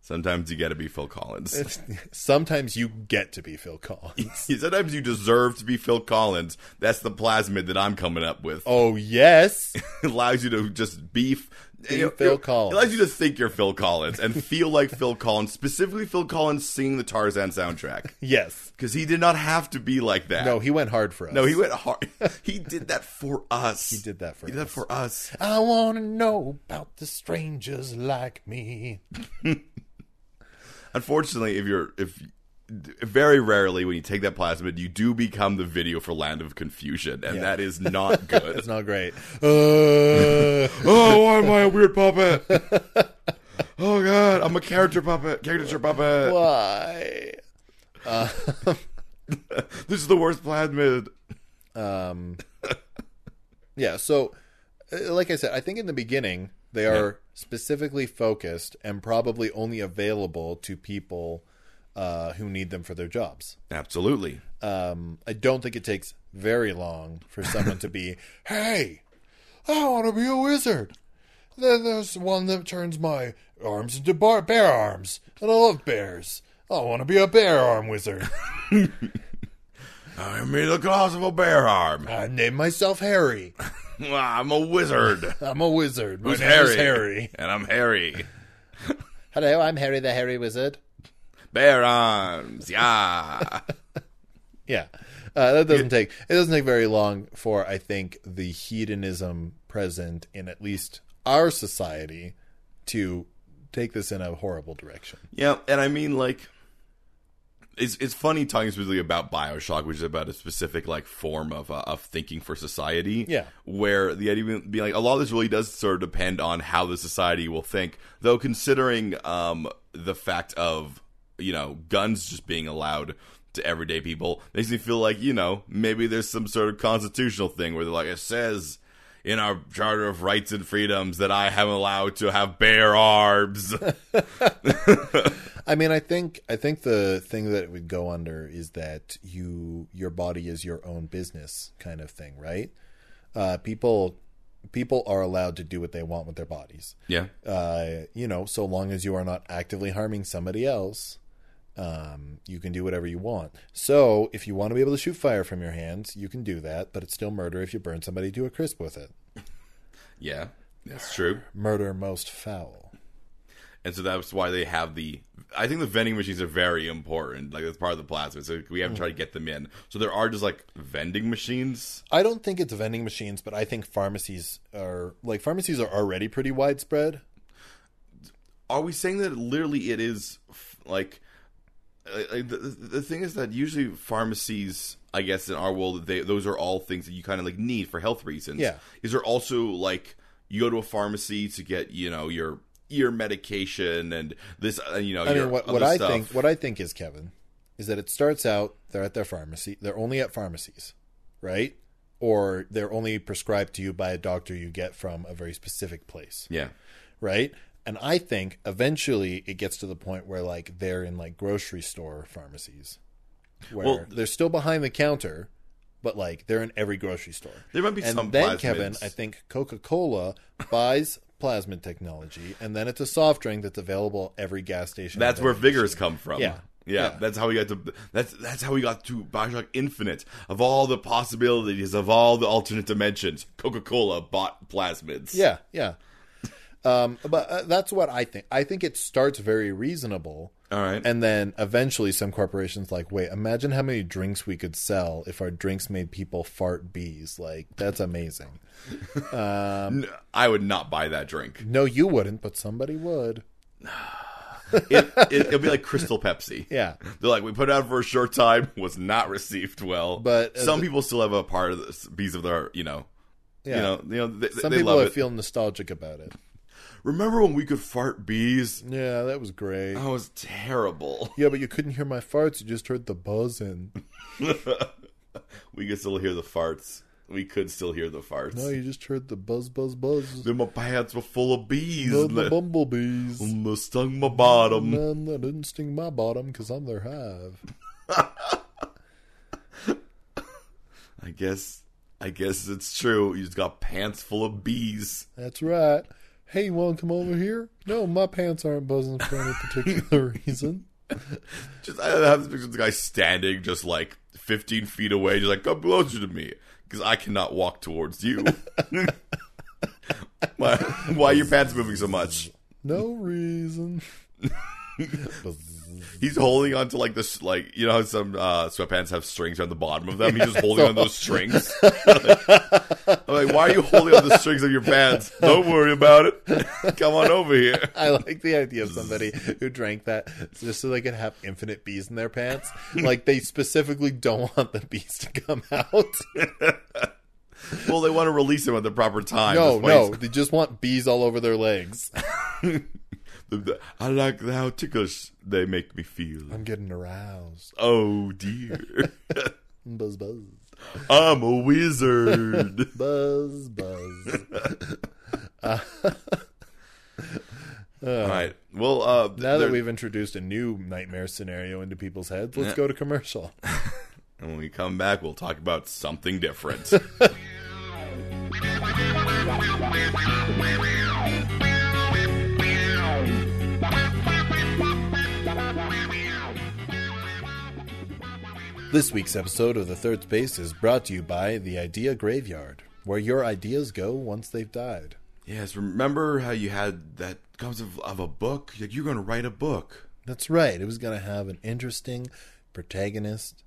[SPEAKER 1] sometimes you got to be Phil Collins.
[SPEAKER 2] Sometimes you get to be Phil Collins.
[SPEAKER 1] Sometimes you deserve to be Phil Collins. That's the plasmid that I'm coming up with.
[SPEAKER 2] Oh, yes.
[SPEAKER 1] It allows you to just beef.
[SPEAKER 2] be
[SPEAKER 1] you know,
[SPEAKER 2] Phil
[SPEAKER 1] it-
[SPEAKER 2] Collins.
[SPEAKER 1] It allows you to think you're Phil Collins and feel like Phil Collins, specifically Phil Collins singing the Tarzan soundtrack.
[SPEAKER 2] yes.
[SPEAKER 1] Because he did not have to be like that.
[SPEAKER 2] No, he went hard for us.
[SPEAKER 1] No, he went hard. He did that for us. He
[SPEAKER 2] did that for
[SPEAKER 1] He did that
[SPEAKER 2] us.
[SPEAKER 1] for us.
[SPEAKER 2] I want to know about the strangers like me.
[SPEAKER 1] Unfortunately, if you're if very rarely when you take that plasmid, you do become the video for Land of Confusion, and
[SPEAKER 2] Yeah.
[SPEAKER 1] that is not
[SPEAKER 2] It's
[SPEAKER 1] good.
[SPEAKER 2] not great. Uh,
[SPEAKER 1] oh, why am I a weird puppet? Oh god, I'm a character puppet. Caricature puppet.
[SPEAKER 2] why?
[SPEAKER 1] This is the worst plasmid.
[SPEAKER 2] Um, Yeah. So, uh, like I said, I think in the beginning they are specifically focused and probably only available to people uh, who need them for their jobs.
[SPEAKER 1] Absolutely.
[SPEAKER 2] Um, I don't think it takes very long for someone to be, "Hey, I want to be a wizard." Then there's one that turns my arms into bar- bear arms, and I love bears. I want to be a bear arm wizard.
[SPEAKER 1] I'm made the claws of a bear arm.
[SPEAKER 2] I named myself Harry.
[SPEAKER 1] I'm a wizard.
[SPEAKER 2] I'm a wizard. My
[SPEAKER 1] Who's
[SPEAKER 2] name is
[SPEAKER 1] Harry?
[SPEAKER 2] Harry.
[SPEAKER 1] And I'm hairy.
[SPEAKER 2] Hello, I'm Harry the Harry Wizard.
[SPEAKER 1] Bear arms. Yeah.
[SPEAKER 2] Yeah, uh, that doesn't take it doesn't take very long for I think the hedonism present in at least our society to take this in a horrible direction.
[SPEAKER 1] Yeah, and I mean like it's it's funny talking specifically about Bioshock, which is about a specific like form of uh, of thinking for society.
[SPEAKER 2] Yeah.
[SPEAKER 1] where the idea being being, like a lot of this really does sort of depend on how the society will think. Though considering um the fact of you know guns just being allowed to everyday people makes me feel like you know maybe there's some sort of constitutional thing where they're like it says. In our Charter of Rights and Freedoms, that I am allowed to have bare arms.
[SPEAKER 2] I mean, I think I think the thing that it would go under is that you your body is your own business kind of thing, right? Uh, people people are allowed to do what they want with their bodies.
[SPEAKER 1] yeah,
[SPEAKER 2] uh, you know, so long as you are not actively harming somebody else, um, you can do whatever you want. So if you want to be able to shoot fire from your hands, you can do that, but it's still murder if you burn somebody to a crisp with it.
[SPEAKER 1] Yeah, that's true.
[SPEAKER 2] Murder most foul.
[SPEAKER 1] And so that's why they have the. I think the vending machines are very important. Like that's part of the plasma. So we have to try to get them in. So there are just like vending machines.
[SPEAKER 2] I don't think it's vending machines, but I think pharmacies are like pharmacies are already pretty widespread.
[SPEAKER 1] Are we saying that literally it is f- like? like, like, The, the thing is that usually pharmacies, I guess, in our world, they, those are all things that you kind of like need for health reasons.
[SPEAKER 2] Yeah.
[SPEAKER 1] Is there also like you go to a pharmacy to get you know your ear medication and this uh, you know
[SPEAKER 2] I
[SPEAKER 1] your
[SPEAKER 2] mean, what,
[SPEAKER 1] other
[SPEAKER 2] what I
[SPEAKER 1] stuff.
[SPEAKER 2] think, what I think is Kevin, is that it starts out they're at their pharmacy, they're only at pharmacies, right? Or they're only prescribed to you by a doctor you get from a very specific place,
[SPEAKER 1] yeah
[SPEAKER 2] right? And I think eventually it gets to the point where like they're in like grocery store pharmacies, where
[SPEAKER 1] Well-
[SPEAKER 2] they're still behind the counter, but like they're in every grocery store.
[SPEAKER 1] there might be some
[SPEAKER 2] And then,
[SPEAKER 1] plasmids.
[SPEAKER 2] Kevin, I think Coca Cola buys plasmid technology, and then it's a soft drink that's available at every gas station.
[SPEAKER 1] That's
[SPEAKER 2] and
[SPEAKER 1] where
[SPEAKER 2] vending
[SPEAKER 1] vigors come from.
[SPEAKER 2] Yeah.
[SPEAKER 1] Yeah,
[SPEAKER 2] Yeah.
[SPEAKER 1] that's how we got to. That's that's how we got to Bioshock Infinite. Of all the possibilities, of all the alternate dimensions, Coca Cola bought plasmids.
[SPEAKER 2] Yeah, yeah. Um, but uh, that's what I think. I think it starts very reasonable,
[SPEAKER 1] All right.
[SPEAKER 2] and then eventually some corporations like, wait, imagine how many drinks we could sell if our drinks made people fart bees. Like that's amazing.
[SPEAKER 1] N- I would not buy that drink.
[SPEAKER 2] No, you wouldn't, but somebody would.
[SPEAKER 1] It, it, it'll be like Crystal Pepsi.
[SPEAKER 2] Yeah.
[SPEAKER 1] They're like, we put it out for a short time, was not received well.
[SPEAKER 2] But, uh,
[SPEAKER 1] some
[SPEAKER 2] the-
[SPEAKER 1] people still have a part of the piece of their, you know,
[SPEAKER 2] Yeah.
[SPEAKER 1] you know, you know, they,
[SPEAKER 2] Some
[SPEAKER 1] they
[SPEAKER 2] people
[SPEAKER 1] love
[SPEAKER 2] I
[SPEAKER 1] it.
[SPEAKER 2] feel nostalgic about it.
[SPEAKER 1] Remember when we could fart bees?
[SPEAKER 2] Yeah, that was great.
[SPEAKER 1] That was terrible.
[SPEAKER 2] Yeah, but you couldn't hear my farts. You just heard the buzzing.
[SPEAKER 1] We could still hear the farts. We could still hear the farts.
[SPEAKER 2] No, you just heard the buzz, buzz, buzz.
[SPEAKER 1] Then my pants were full of bees.
[SPEAKER 2] The,
[SPEAKER 1] and
[SPEAKER 2] the
[SPEAKER 1] they-
[SPEAKER 2] bumblebees.
[SPEAKER 1] and they stung my bottom.
[SPEAKER 2] Man, that didn't sting my bottom because I'm their hive.
[SPEAKER 1] I guess, I guess it's true. You just got pants full of bees.
[SPEAKER 2] That's right. Hey, you want to come over here? No, my pants aren't buzzing for any particular reason.
[SPEAKER 1] Just I have this picture of the guy standing just like 15 feet away, just like come closer to me because I cannot walk towards you. Why, why are your pants moving so much?
[SPEAKER 2] No reason.
[SPEAKER 1] He's holding on to like this, like you know how some uh, sweatpants have strings on the bottom of them. He's just holding on those strings. I'm like, why are you holding on the strings of your pants? Don't worry about it. Come on over here.
[SPEAKER 2] I like the idea of somebody who drank that just so they could have infinite bees in their pants. Like they specifically don't want the bees to come out.
[SPEAKER 1] Well, they want to release him at the proper time.
[SPEAKER 2] No,
[SPEAKER 1] That's why he's-
[SPEAKER 2] no, they just want bees all over their legs.
[SPEAKER 1] The- the- I like how ticklish they make me feel.
[SPEAKER 2] I'm getting aroused.
[SPEAKER 1] Oh dear,
[SPEAKER 2] Buzz, buzz,
[SPEAKER 1] I'm a wizard.
[SPEAKER 2] buzz, buzz.
[SPEAKER 1] All right. Well, uh,
[SPEAKER 2] Now that
[SPEAKER 1] there-
[SPEAKER 2] we've introduced a new nightmare scenario into people's heads, let's
[SPEAKER 1] Yeah.
[SPEAKER 2] go to commercial.
[SPEAKER 1] and when we come back, we'll talk about something different.
[SPEAKER 2] This week's episode of The Third Space is brought to you by the Idea Graveyard, where your ideas go once they've died.
[SPEAKER 1] yes, remember how you had that comes of, of a book? Like you're going to write a book.
[SPEAKER 2] That's right, it was going to have an interesting protagonist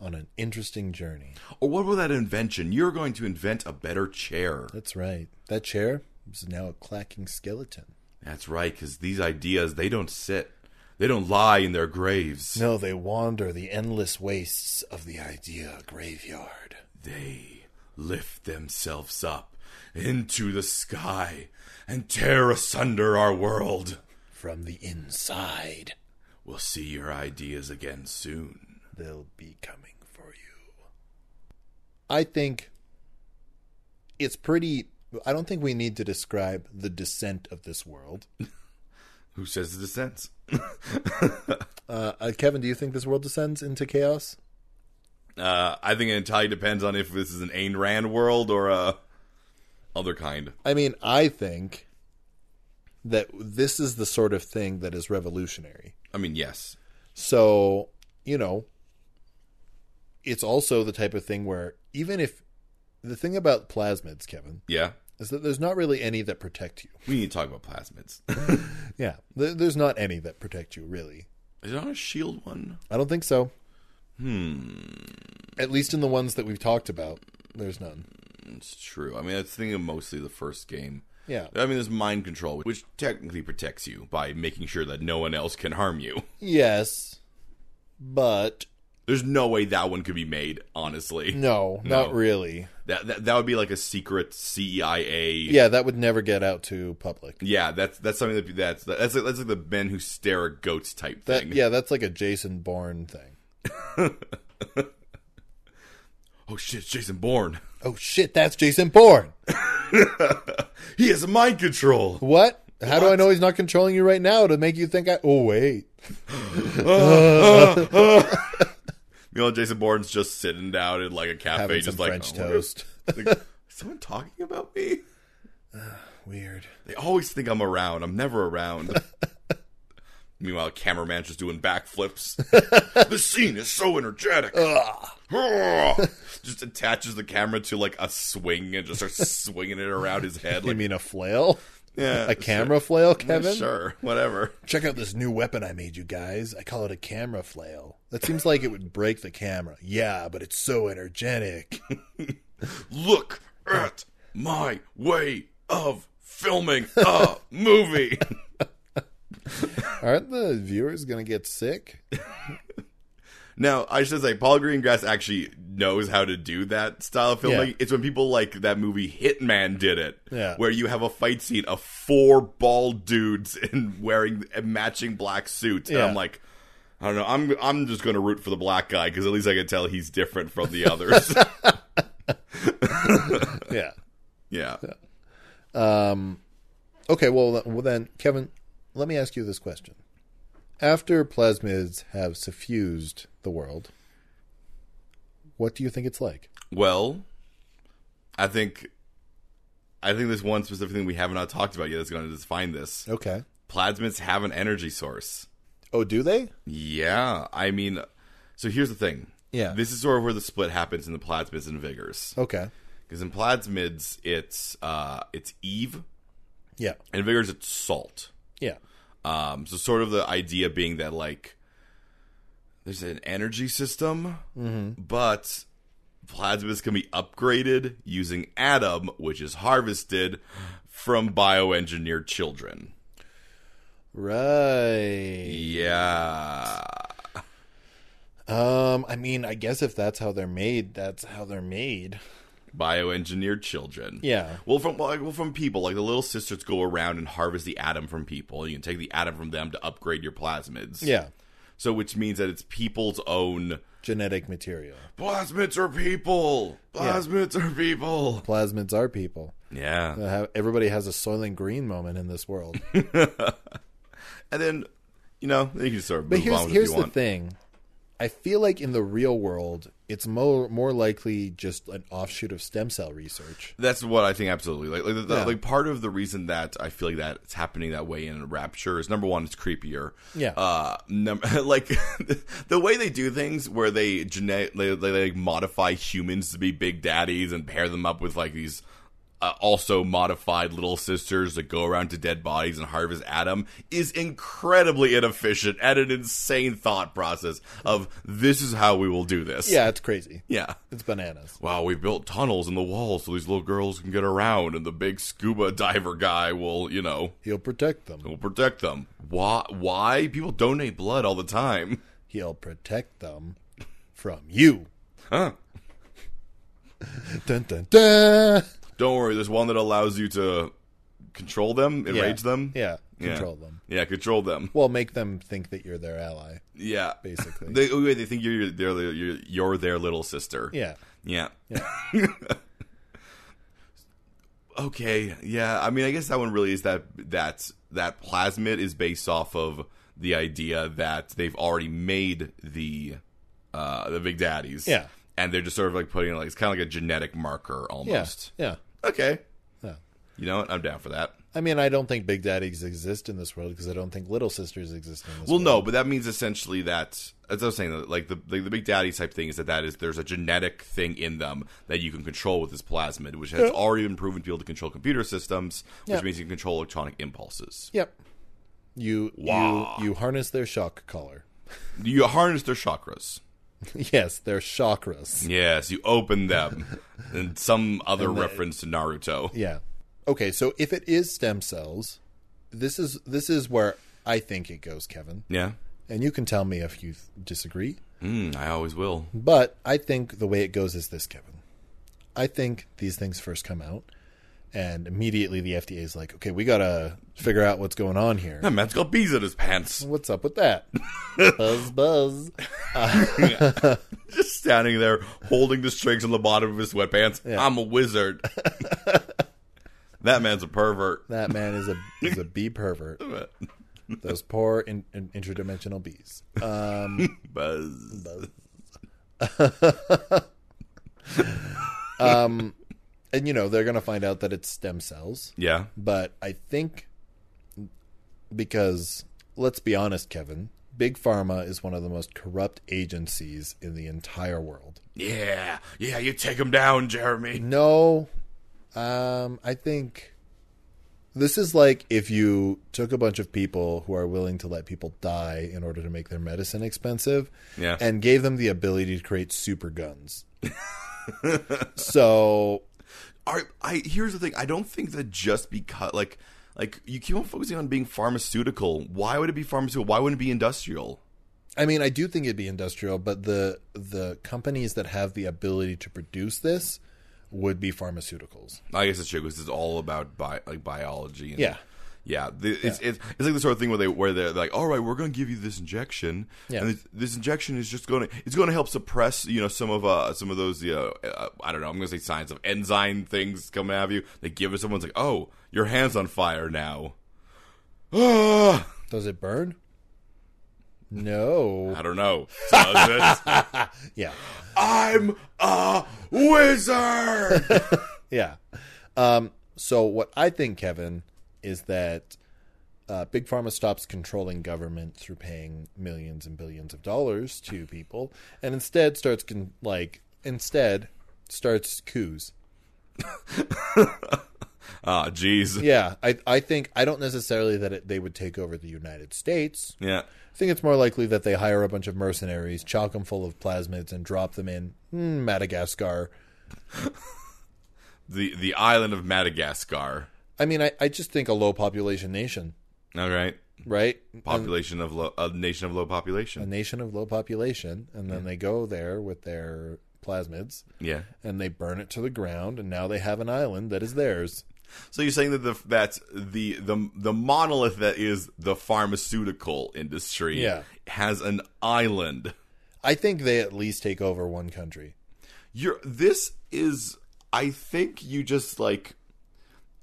[SPEAKER 2] on an interesting journey.
[SPEAKER 1] Or what about that invention? You're going to invent a better chair.
[SPEAKER 2] That's right. That chair is now a clacking skeleton.
[SPEAKER 1] That's right, because these ideas they don't sit, they don't lie in their graves.
[SPEAKER 2] No, they wander the endless wastes of the Idea Graveyard.
[SPEAKER 1] They lift themselves up into the sky and tear asunder our world.
[SPEAKER 2] From the inside,
[SPEAKER 1] We'll see your ideas again soon.
[SPEAKER 2] they'll be coming for you. I think it's pretty. I don't think we need to describe the descent of this world.
[SPEAKER 1] Who says the descent?
[SPEAKER 2] Uh, uh, Kevin, do you think this world descends into chaos?
[SPEAKER 1] Uh, I think it entirely depends on if this is an Ayn Rand world or a other kind.
[SPEAKER 2] I mean, I think that this is the sort of thing that is revolutionary.
[SPEAKER 1] I mean, yes.
[SPEAKER 2] So, you know, it's also the type of thing where even if the thing about plasmids, Kevin,
[SPEAKER 1] Yeah.
[SPEAKER 2] is that there's not really any that protect you.
[SPEAKER 1] We need to talk about plasmids.
[SPEAKER 2] Yeah. Th- There's not any that protect you, really.
[SPEAKER 1] is it on a shield one?
[SPEAKER 2] I don't think so. Hmm. At least in the ones that we've talked about, there's none.
[SPEAKER 1] It's true. I mean, I was thinking of mostly the first game.
[SPEAKER 2] Yeah.
[SPEAKER 1] I mean, there's mind control, which technically protects you by making sure that no one else can harm you.
[SPEAKER 2] Yes. But
[SPEAKER 1] There's no way that one could be made, honestly.
[SPEAKER 2] no,
[SPEAKER 1] No.
[SPEAKER 2] not really.
[SPEAKER 1] That, that that would be like a secret CIA.
[SPEAKER 2] Yeah, that would never get out to public.
[SPEAKER 1] Yeah, that's that's something that that's that's like, that's like the men who stare at goats type
[SPEAKER 2] That
[SPEAKER 1] thing.
[SPEAKER 2] yeah, that's like a Jason Bourne thing.
[SPEAKER 1] Oh shit, it's Jason Bourne.
[SPEAKER 2] Oh shit, that's Jason Bourne.
[SPEAKER 1] He has mind control.
[SPEAKER 2] What? How do I know he's not controlling you right now to make you think I? Oh wait,
[SPEAKER 1] You know, Jason Bourne's just sitting down in like a cafe,
[SPEAKER 2] having some
[SPEAKER 1] just like
[SPEAKER 2] French
[SPEAKER 1] "Oh, what
[SPEAKER 2] toast.
[SPEAKER 1] is- like, is someone talking about me.
[SPEAKER 2] Weird.
[SPEAKER 1] They always think I'm around. I'm never around. Meanwhile, cameraman's just doing backflips. the scene is so energetic.
[SPEAKER 2] Uh.
[SPEAKER 1] Ugh. just attaches the camera to like a swing and just starts swinging it around his head.
[SPEAKER 2] You
[SPEAKER 1] Like,
[SPEAKER 2] mean a flail?
[SPEAKER 1] yeah,
[SPEAKER 2] A camera flail,
[SPEAKER 1] sure,
[SPEAKER 2] Kevin?
[SPEAKER 1] Sure, whatever.
[SPEAKER 2] Check out this new weapon I made you guys. I call it a camera flail. That seems like it would break the camera. Yeah, but it's so energetic.
[SPEAKER 1] Look at my way of filming a movie.
[SPEAKER 2] Aren't the viewers gonna get sick?
[SPEAKER 1] Now, I should say, Paul Greengrass actually knows how to do that style of filming.
[SPEAKER 2] Yeah.
[SPEAKER 1] It's when people like that movie Hitman did it,
[SPEAKER 2] Yeah.
[SPEAKER 1] where you have a fight scene of four bald dudes in wearing matching black suits, and
[SPEAKER 2] Yeah.
[SPEAKER 1] I'm like, I don't know, I'm I'm just going to root for the black guy because at least I can tell he's different from the others.
[SPEAKER 2] yeah.
[SPEAKER 1] yeah,
[SPEAKER 2] Um. Okay. Well, th- well then, Kevin, let me ask you this question: After plasmids have suffused the world, what do you think it's like?
[SPEAKER 1] Well, I think, I think there's one specific thing we have not talked about yet that's going to define this.
[SPEAKER 2] Okay.
[SPEAKER 1] Plasmids have an energy source.
[SPEAKER 2] Oh, do they?
[SPEAKER 1] Yeah, I mean, so here's the thing.
[SPEAKER 2] Yeah.
[SPEAKER 1] this is sort of where the split happens in the plasmids and vigors.
[SPEAKER 2] Okay.
[SPEAKER 1] Because in plasmids, it's uh, it's Eve,
[SPEAKER 2] Yeah.
[SPEAKER 1] and vigors it's salt.
[SPEAKER 2] Yeah.
[SPEAKER 1] Um, so sort of the idea being that like there's an energy system, but plasmids can be upgraded using atom, which is harvested from bioengineered children.
[SPEAKER 2] Right.
[SPEAKER 1] Yeah.
[SPEAKER 2] Um, I mean, I guess if that's how they're made, that's how they're made.
[SPEAKER 1] Bioengineered children.
[SPEAKER 2] Yeah.
[SPEAKER 1] Well, from well, like, well, from people, like the little sisters go around and harvest the atom from people. You can take the atom from them to upgrade your plasmids.
[SPEAKER 2] Yeah.
[SPEAKER 1] So, which means that it's people's own
[SPEAKER 2] Genetic material.
[SPEAKER 1] plasmids are people. Plasmids are people.
[SPEAKER 2] Plasmids are people.
[SPEAKER 1] Yeah.
[SPEAKER 2] Uh, how- Everybody has a Soylent Green moment in this world.
[SPEAKER 1] And then, you know, you can sort of
[SPEAKER 2] But
[SPEAKER 1] move
[SPEAKER 2] here's
[SPEAKER 1] on with
[SPEAKER 2] here's
[SPEAKER 1] if you
[SPEAKER 2] the
[SPEAKER 1] want.
[SPEAKER 2] thing. I feel like in the real world, it's more more likely just an offshoot of stem cell research.
[SPEAKER 1] That's what I think. Absolutely, like like, the,
[SPEAKER 2] Yeah.
[SPEAKER 1] like part of the reason that I feel like that it's happening that way in Rapture is number one, it's creepier.
[SPEAKER 2] Yeah.
[SPEAKER 1] Uh, num- like the way they do things where they genetic they, they, like modify humans to be big daddies and pair them up with like these. Uh, also modified little sisters that go around to dead bodies and harvest Adam is incredibly inefficient and an insane thought process of this is how we will do this.
[SPEAKER 2] Yeah, it's crazy.
[SPEAKER 1] Yeah
[SPEAKER 2] It's bananas.
[SPEAKER 1] wow, we built tunnels in the wall so these little girls can get around, and the big scuba diver guy will, you know,
[SPEAKER 2] He'll protect them.
[SPEAKER 1] will protect them. Why? Why people donate blood all the time?
[SPEAKER 2] He'll protect them from you.
[SPEAKER 1] Huh?
[SPEAKER 2] Dun dun dun.
[SPEAKER 1] Don't worry, there's one that allows you to control them, enrage them.
[SPEAKER 2] Yeah,
[SPEAKER 1] Yeah.
[SPEAKER 2] control them.
[SPEAKER 1] yeah, control them.
[SPEAKER 2] Well, make them think that you're their ally,
[SPEAKER 1] Yeah,
[SPEAKER 2] basically.
[SPEAKER 1] they oh, wait, they think you're their you're, you're their little sister.
[SPEAKER 2] yeah.
[SPEAKER 1] Yeah. okay. Yeah. I mean, I guess that one really is that that that plasmid is based off of the idea that they've already made the uh the big daddies.
[SPEAKER 2] Yeah.
[SPEAKER 1] And they're just sort of like putting like it's kind of like a genetic marker
[SPEAKER 2] Yeah.
[SPEAKER 1] almost.
[SPEAKER 2] Yeah.
[SPEAKER 1] Okay.
[SPEAKER 2] Yeah.
[SPEAKER 1] You know what? I'm down for that.
[SPEAKER 2] I mean, I don't think big daddies exist in this world because I don't think little sisters exist in this
[SPEAKER 1] Well,
[SPEAKER 2] world.
[SPEAKER 1] no, but that means essentially that as I was saying, that, like the like the big daddy type thing is that that is there's a genetic thing in them that you can control with this plasmid, which has already been proven to be able to control computer systems, which
[SPEAKER 2] Yeah.
[SPEAKER 1] means you can control electronic impulses.
[SPEAKER 2] Yep. You
[SPEAKER 1] Wah.
[SPEAKER 2] you you harness their shock collar.
[SPEAKER 1] You harness their chakras.
[SPEAKER 2] yes, their chakras.
[SPEAKER 1] Yes, you open them, and some other reference to Naruto.
[SPEAKER 2] Yeah. Okay, so if it is stem cells, this is this is where I think it goes, Kevin.
[SPEAKER 1] Yeah,
[SPEAKER 2] And you can tell me if you disagree.
[SPEAKER 1] mm, I always will.
[SPEAKER 2] But I think the way it goes is this, Kevin. I think these things first come out, and immediately the FDA is like, okay, we got to figure out what's going on here.
[SPEAKER 1] That man's got bees in his pants.
[SPEAKER 2] What's up with that? buzz, buzz.
[SPEAKER 1] Just standing there holding the strings on the bottom of his sweatpants. I'm a wizard. that man's a pervert.
[SPEAKER 2] That man is a is a bee pervert. Those poor in, in, interdimensional bees. Um,
[SPEAKER 1] Buzz.
[SPEAKER 2] um, and you know they're gonna find out that it's stem cells.
[SPEAKER 1] Yeah.
[SPEAKER 2] But I think because let's be honest, Kevin, Big Pharma is one of the most corrupt agencies in the entire world.
[SPEAKER 1] Yeah. Yeah, you take him down, Jeremy.
[SPEAKER 2] No, um, I think this is like if you took a bunch of people who are willing to let people die in order to make their medicine expensive
[SPEAKER 1] Yeah.
[SPEAKER 2] and gave them the ability to create super guns. so,
[SPEAKER 1] Are, I here's the thing. I don't think that just because like like you keep on focusing on being pharmaceutical. Why would it be pharmaceutical? Why wouldn't it be industrial?
[SPEAKER 2] I mean, I do think it'd be industrial, but the the companies that have the ability to produce this would be pharmaceuticals.
[SPEAKER 1] I guess it's true because it's all about bi- like biology. And,
[SPEAKER 2] Yeah.
[SPEAKER 1] Yeah, the, It's, it's it's like the sort of thing where they where they're like, all right, we're going to give you this injection,
[SPEAKER 2] Yeah.
[SPEAKER 1] and this, this injection is just going to it's going to help suppress you know some of uh some of those you know, uh, I don't know I'm going to say signs of enzyme things coming out of you. They give it someone's like, oh, your hands on fire now. Ah!
[SPEAKER 2] Does it burn? No.
[SPEAKER 1] I don't know. Does it?
[SPEAKER 2] Yeah.
[SPEAKER 1] I'm a wizard.
[SPEAKER 2] Yeah. Um, so what I think, Kevin, is that uh, Big Pharma stops controlling government through paying millions and billions of dollars to people, and instead starts con- like instead starts coups.
[SPEAKER 1] Ah, jeez.
[SPEAKER 2] Yeah, I I think I don't necessarily that it, they would take over the United States.
[SPEAKER 1] Yeah.
[SPEAKER 2] I think it's more likely that they hire a bunch of mercenaries, chock them full of plasmids, and drop them in mm, Madagascar.
[SPEAKER 1] The the island of Madagascar.
[SPEAKER 2] I mean, I, I just think a low population nation,
[SPEAKER 1] All right.
[SPEAKER 2] right?
[SPEAKER 1] Population of low, a nation of low
[SPEAKER 2] A
[SPEAKER 1] population.
[SPEAKER 2] nation of low population, and then they go there with their plasmids
[SPEAKER 1] Yeah.
[SPEAKER 2] and they burn it to the ground, and now they have an island that is theirs.
[SPEAKER 1] So you're saying that the that's the the the monolith that is the pharmaceutical industry
[SPEAKER 2] Yeah.
[SPEAKER 1] has an island.
[SPEAKER 2] I think they at least take over one country.
[SPEAKER 1] You're this is I think you just like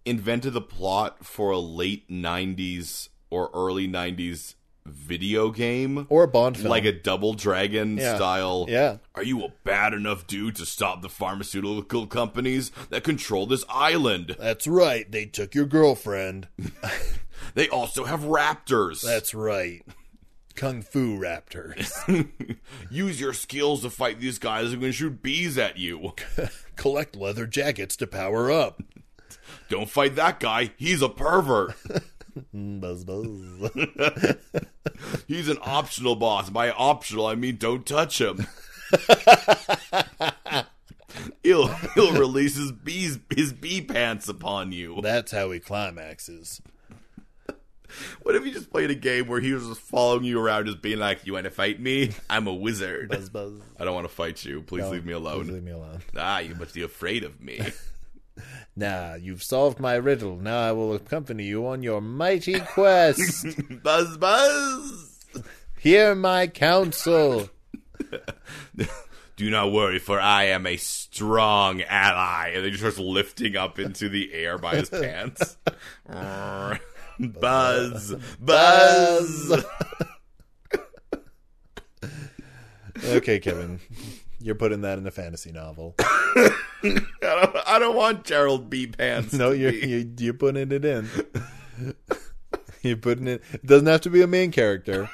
[SPEAKER 1] invented the plot for a late 90s or early 90s video game
[SPEAKER 2] Or a Bond film.
[SPEAKER 1] like a double dragon
[SPEAKER 2] Oh, Yeah.
[SPEAKER 1] style.
[SPEAKER 2] Yeah.
[SPEAKER 1] Are you a bad enough dude to stop the pharmaceutical companies that control this island?
[SPEAKER 2] That's right. They took your girlfriend.
[SPEAKER 1] They also have raptors.
[SPEAKER 2] That's right. Kung Fu Raptors.
[SPEAKER 1] Use your skills to fight these guys who can shoot bees at you.
[SPEAKER 2] Collect leather jackets to power up.
[SPEAKER 1] Don't fight that guy. He's a pervert.
[SPEAKER 2] Buzz buzz.
[SPEAKER 1] He's an optional boss. By optional, I mean don't touch him. he'll he'll release his bees his bee pants upon you.
[SPEAKER 2] That's how he climaxes.
[SPEAKER 1] What if you just played a game where he was just following you around, just being like, "You want to fight me? I'm a wizard.
[SPEAKER 2] Buzz buzz.
[SPEAKER 1] I don't want to fight you. Please leave me
[SPEAKER 2] Please
[SPEAKER 1] alone.
[SPEAKER 2] leave me alone.
[SPEAKER 1] Ah, you must be afraid of me."
[SPEAKER 2] Now you've solved my riddle. Now I will accompany you on your mighty quest.
[SPEAKER 1] buzz, buzz.
[SPEAKER 2] Hear my counsel.
[SPEAKER 1] Do not worry, for I am a strong ally. And then he starts lifting up into the air by his pants. Buzz, buzz.
[SPEAKER 2] okay, Kevin. You're putting that in a fantasy novel.
[SPEAKER 1] I, don't, I don't want Gerald B. Pants.
[SPEAKER 2] No,
[SPEAKER 1] to
[SPEAKER 2] you're,
[SPEAKER 1] be-
[SPEAKER 2] you you're putting it in. You're putting it. It doesn't have to be a main character.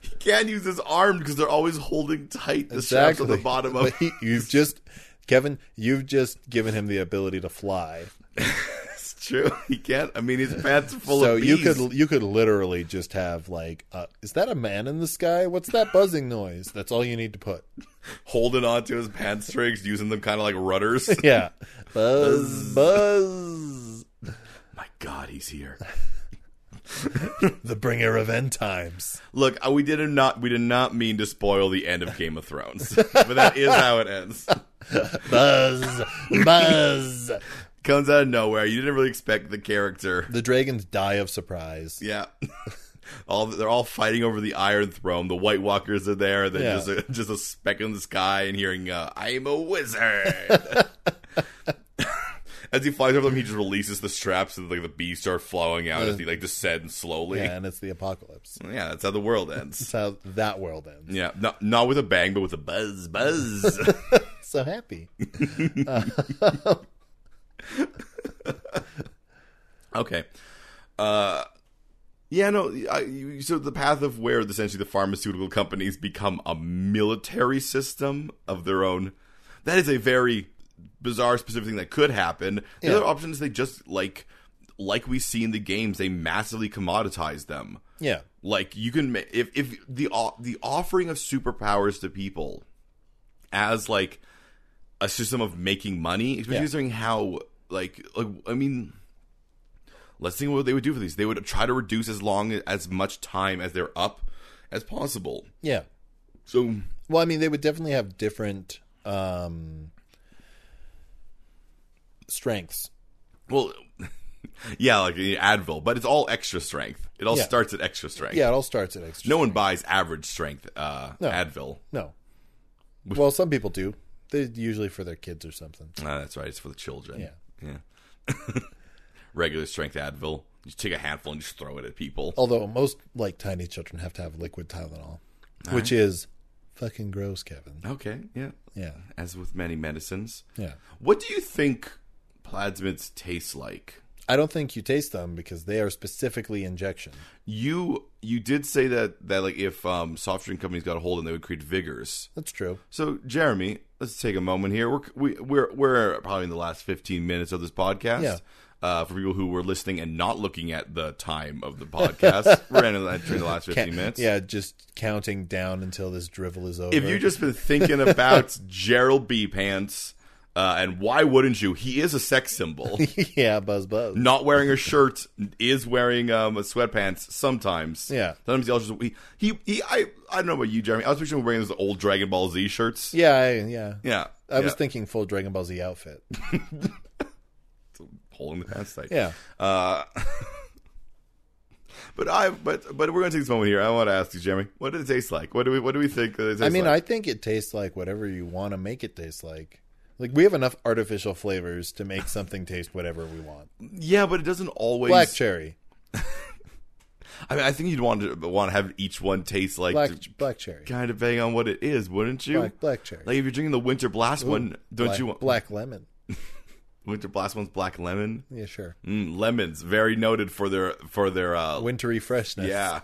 [SPEAKER 1] He can't use his arm because they're always holding tight the straps on the bottom of
[SPEAKER 2] But he- you've just Kevin. You've just given him the ability to fly.
[SPEAKER 1] It's true. He can't. I mean, his pants are full
[SPEAKER 2] so
[SPEAKER 1] of
[SPEAKER 2] you
[SPEAKER 1] bees.
[SPEAKER 2] could you could literally just have like, uh, is that a man in the sky? What's that buzzing noise? That's all you need to put.
[SPEAKER 1] holding onto his pants strings, using them kind of like rudders.
[SPEAKER 2] Yeah, buzz buzz.
[SPEAKER 1] My God, he's here.
[SPEAKER 2] The bringer of end times.
[SPEAKER 1] Look, uh, we did not we did not mean to spoil the end of Game of Thrones, but that is how it ends.
[SPEAKER 2] Buzz buzz.
[SPEAKER 1] Comes out of nowhere. You didn't really expect the character.
[SPEAKER 2] The dragons die of surprise.
[SPEAKER 1] Yeah. All they're all fighting over the Iron Throne. The White Walkers are there. Then
[SPEAKER 2] Yeah.
[SPEAKER 1] just a, just a speck in the sky and hearing uh, "I am a wizard." as he flies over them, he just releases the straps and like the bees start flowing out as he like descends slowly.
[SPEAKER 2] Yeah, and it's the apocalypse.
[SPEAKER 1] yeah, that's how the world ends.
[SPEAKER 2] That's how that world ends.
[SPEAKER 1] Yeah, not not with a bang, but with a buzz, buzz.
[SPEAKER 2] So happy.
[SPEAKER 1] Okay. Uh, yeah, no. I, you- so the path of where essentially the pharmaceutical companies become a military system of their own. That is a very bizarre, specific thing that could happen. The
[SPEAKER 2] Yeah.
[SPEAKER 1] other option is they just like, like we see in the games, they massively commoditize them.
[SPEAKER 2] Yeah.
[SPEAKER 1] Like you can, ma- if if the o- the offering of superpowers to people as like a system of making money, especially
[SPEAKER 2] Yeah.
[SPEAKER 1] considering how like like I mean, let's think what they would do for these. They would try to reduce as long as much time as they're up as possible.
[SPEAKER 2] Yeah.
[SPEAKER 1] So
[SPEAKER 2] Well, I mean, they would definitely have different um, strengths.
[SPEAKER 1] well. Yeah, like the Advil, but it's all extra strength. It all
[SPEAKER 2] Yeah.
[SPEAKER 1] starts at extra strength.
[SPEAKER 2] Yeah, it all starts at extra.
[SPEAKER 1] No one buys average strength uh, Advil.
[SPEAKER 2] No. Well, some people do. They usually for their kids or something.
[SPEAKER 1] Ah, that's right. It's for the children.
[SPEAKER 2] Yeah.
[SPEAKER 1] Yeah. Regular strength Advil. You just take a handful and just throw it at people.
[SPEAKER 2] Although most like tiny children have to have liquid Tylenol, which is fucking gross, Kevin.
[SPEAKER 1] Okay. Yeah.
[SPEAKER 2] Yeah.
[SPEAKER 1] As with many medicines.
[SPEAKER 2] Yeah.
[SPEAKER 1] What do you think plasmids taste like?
[SPEAKER 2] I don't think you taste them because they are specifically injection.
[SPEAKER 1] You you did say that that like if um, soft drink companies got a hold and they would create vigors.
[SPEAKER 2] That's true.
[SPEAKER 1] So Jeremy, let's take a moment here. We're we, we're we're probably in the last fifteen minutes of this podcast.
[SPEAKER 2] Yeah.
[SPEAKER 1] Uh, for people who were listening and not looking at the time of the podcast, we're in the, during the last fifteen
[SPEAKER 2] Ca-
[SPEAKER 1] minutes.
[SPEAKER 2] Yeah, just counting down until this drivel is over.
[SPEAKER 1] If you just been thinking about Gerald B. Pants, uh, and why wouldn't you? He is a sex symbol.
[SPEAKER 2] yeah, buzz buzz.
[SPEAKER 1] Not wearing a shirt is wearing um, sweatpants sometimes.
[SPEAKER 2] Yeah.
[SPEAKER 1] Sometimes he'll just he he, he I, I don't know about you, Jeremy. I was picturing him wearing those old Dragon Ball Z shirts.
[SPEAKER 2] Yeah, I, yeah.
[SPEAKER 1] Yeah.
[SPEAKER 2] I was
[SPEAKER 1] Yeah.
[SPEAKER 2] thinking full Dragon Ball Z outfit.
[SPEAKER 1] holding the pants tight.
[SPEAKER 2] Yeah.
[SPEAKER 1] Uh, but I but but we're gonna take this moment here. I want to ask you, Jeremy, what did it taste like? What do we what do we think? That it tastes
[SPEAKER 2] I mean,
[SPEAKER 1] like?
[SPEAKER 2] I think it tastes like whatever you want to make it taste like. Like we have enough artificial flavors to make something taste whatever we want.
[SPEAKER 1] yeah, but it doesn't always.
[SPEAKER 2] Black cherry,
[SPEAKER 1] I mean, I think you'd want to want to have each one taste like
[SPEAKER 2] black black cherry,
[SPEAKER 1] kind of depending on what it is, wouldn't you?
[SPEAKER 2] black black cherry.
[SPEAKER 1] Like if you're drinking the Winter Blast one, don't
[SPEAKER 2] black,
[SPEAKER 1] you want
[SPEAKER 2] black lemon?
[SPEAKER 1] Winter Blast one's black lemon?
[SPEAKER 2] Yeah, sure.
[SPEAKER 1] Mm, lemons, very noted for their for their uh,
[SPEAKER 2] Wintry freshness.
[SPEAKER 1] yeah.